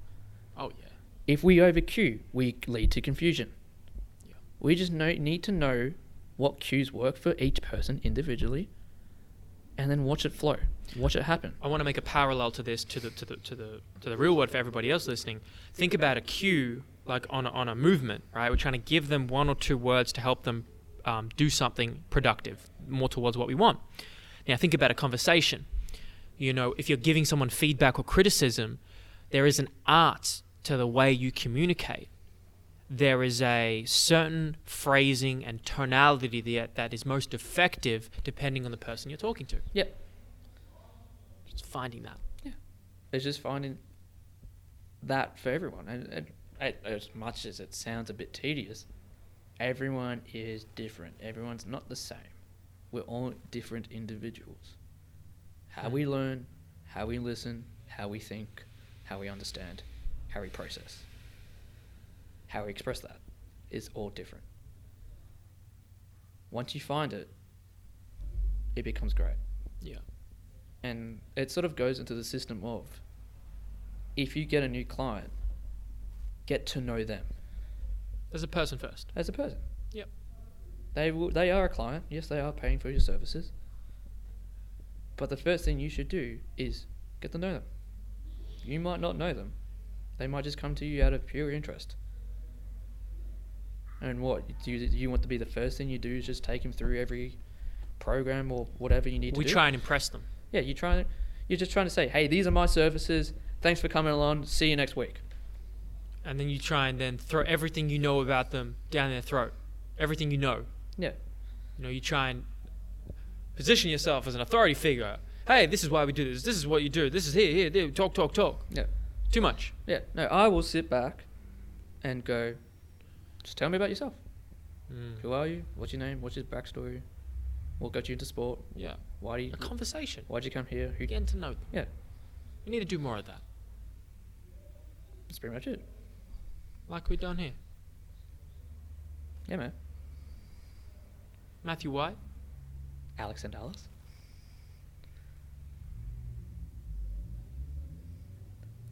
Speaker 1: Oh yeah.
Speaker 2: If we over queue, we lead to confusion.
Speaker 1: Yeah.
Speaker 2: We just know, need to know what cues work for each person individually, and then watch it flow, watch it happen.
Speaker 1: I want to make a parallel to this to the to the to the to the real world for everybody else listening. Think about a cue like on a, on a movement, right? We're trying to give them one or two words to help them um, do something productive, more towards what we want. Now think about a conversation. You know, if you're giving someone feedback or criticism, there is an art to the way you communicate. There is a certain phrasing and tonality that, that is most effective depending on the person you're talking to.
Speaker 2: Yep.
Speaker 1: Just finding that.
Speaker 2: It's just finding that for everyone, and, and a- as much as it sounds a bit tedious, everyone is different. Everyone's not the same. We're all different individuals. How we learn, how we listen, how we think, how we understand, how we process, how we express that is all different. Once you find it, it becomes great
Speaker 1: Yeah.
Speaker 2: and it sort of goes into the system of if you get a new client, get to know them
Speaker 1: There's a person first.
Speaker 2: as a person.
Speaker 1: Yep.
Speaker 2: They will, they are a client. Yes, they are paying for your services. But the first thing you should do is get to know them. You might not know them. They might just come to you out of pure interest. And what do you, do you want to be the first thing you do is just take them through every program or whatever you need
Speaker 1: we
Speaker 2: to do?
Speaker 1: try and impress them.
Speaker 2: Yeah, you try. You're just trying to say, hey, these are my services. Thanks for coming along. See you next week.
Speaker 1: And then you try and then throw everything you know about them down their throat. Everything you know.
Speaker 2: Yeah.
Speaker 1: You know, you try and position yourself as an authority figure. Hey, this is why we do this. This is what you do. This is here, here, there. Talk, talk, talk.
Speaker 2: Yeah.
Speaker 1: Too much.
Speaker 2: Yeah. No, I will sit back and go. Just tell me about yourself.
Speaker 1: Mm,
Speaker 2: Who are you? What's your name? What's your backstory? What got you into sport?
Speaker 1: yeah.
Speaker 2: Why do you?
Speaker 1: A conversation.
Speaker 2: Why'd you come here? Who?
Speaker 1: Getting to know them.
Speaker 2: Yeah.
Speaker 1: We need to do more of that,
Speaker 2: That's pretty much it.
Speaker 1: like we've done here.
Speaker 2: Yeah, man.
Speaker 1: Matthew White,
Speaker 2: Alex and Alice.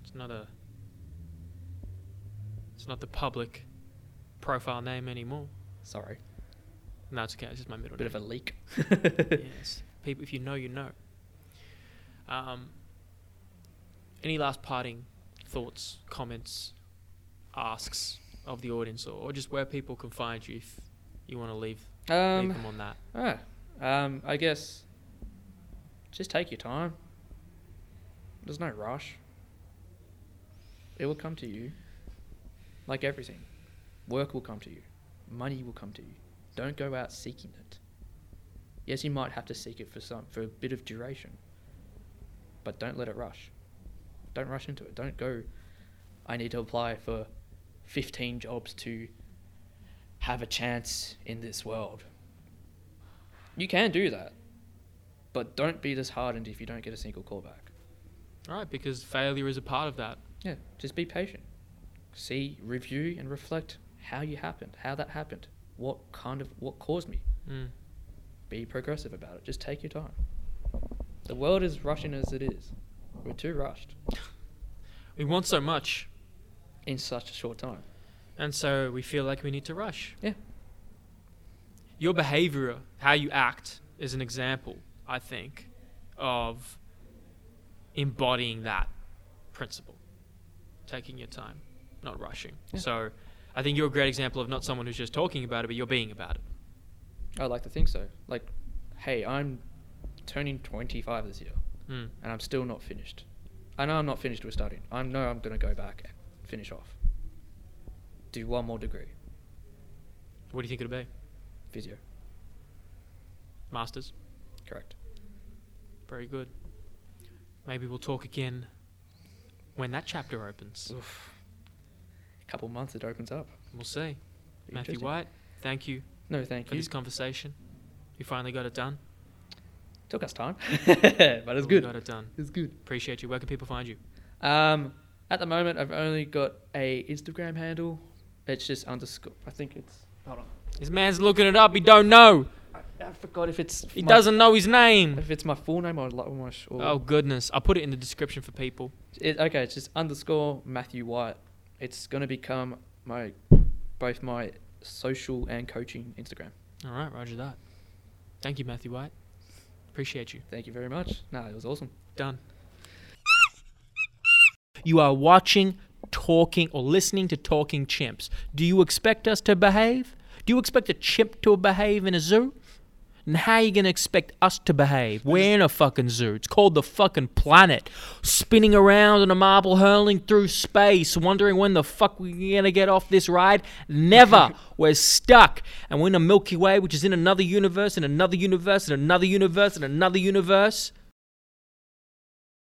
Speaker 1: it's not a. It's not the public profile name anymore.
Speaker 2: Sorry,
Speaker 1: No, it's okay. It's just my middle
Speaker 2: bit
Speaker 1: name.
Speaker 2: of a leak.
Speaker 1: yes. People, if you know, you know. Um, any last parting thoughts, comments, asks of the audience, or, or just where people can find you if you want to leave, leave
Speaker 2: Um.
Speaker 1: them on that?
Speaker 2: Ah, um, I guess just take your time. There's no rush. It will come to you. Like everything. Work will come to you. Money will come to you. Don't go out seeking it. Yes, you might have to seek it for some for a bit of duration. But don't let it rush. Don't rush into it. Don't go I need to apply for 15 jobs to have a chance in this world. You can do that, but don't be disheartened if you don't get a single callback.
Speaker 1: All right, because failure is a part of that.
Speaker 2: Yeah, just be patient. See, review, and reflect how you happened, how that happened, what kind of what caused me.
Speaker 1: Mm.
Speaker 2: Be progressive about it. Just take your time. The world is rushing as it is. We're too rushed
Speaker 1: We want so much,
Speaker 2: in such a short time.
Speaker 1: and so we feel like we need to rush.
Speaker 2: Yeah.
Speaker 1: Your behavior, how you act, is an example, I think, of embodying that principle, taking your time, not rushing.
Speaker 2: Yeah.
Speaker 1: So I think you're a great example of not someone who's just talking about it, but you're being about it.
Speaker 2: I like to think so. Like, hey, I'm turning 25 this year,
Speaker 1: Mm.
Speaker 2: and I'm still not finished. I know I'm not finished with studying. I know I'm gonna go back and finish off. Do one more degree,
Speaker 1: What do you think it'll be?
Speaker 2: physio.
Speaker 1: Masters?
Speaker 2: Correct.
Speaker 1: Very good. Maybe we'll talk again when that chapter opens.
Speaker 2: A couple months it opens up.
Speaker 1: We'll see. Matthew
Speaker 2: Interesting.
Speaker 1: White, thank you
Speaker 2: No, thank
Speaker 1: for
Speaker 2: you.
Speaker 1: this conversation. We finally got it done.
Speaker 2: Took us time, but it's
Speaker 1: We
Speaker 2: good.
Speaker 1: Got it done.
Speaker 2: It's good.
Speaker 1: Appreciate you. Where can people find you?
Speaker 2: Um, at the moment, I've only got a Instagram handle. It's just underscore. I think it's. Hold on.
Speaker 1: This man's looking it up. He don't know.
Speaker 2: I, I've forgot if it's
Speaker 1: He
Speaker 2: my-
Speaker 1: doesn't know his name.
Speaker 2: if it's my full name or, li- or my sh- or
Speaker 1: Oh goodness! I'll put it in the description for people.
Speaker 2: It, okay, it's just underscore Matthew White. It's gonna become my both my social and coaching Instagram.
Speaker 1: All right, Roger that. Thank you, Matthew White. Appreciate you.
Speaker 2: Thank you very much. Nah, it was awesome.
Speaker 1: Done. You are watching, talking, or listening to talking chimps. Do you expect us to behave? Do you expect a chimp to behave in a zoo? And how are you going to expect us to behave? We're in a fucking zoo. It's called the fucking planet. Spinning around on a marble, hurling through space, wondering when the fuck we're going to get off this ride. Never. we're stuck. And we're in a Milky Way, which is in another universe, and another universe, and another universe, and another universe.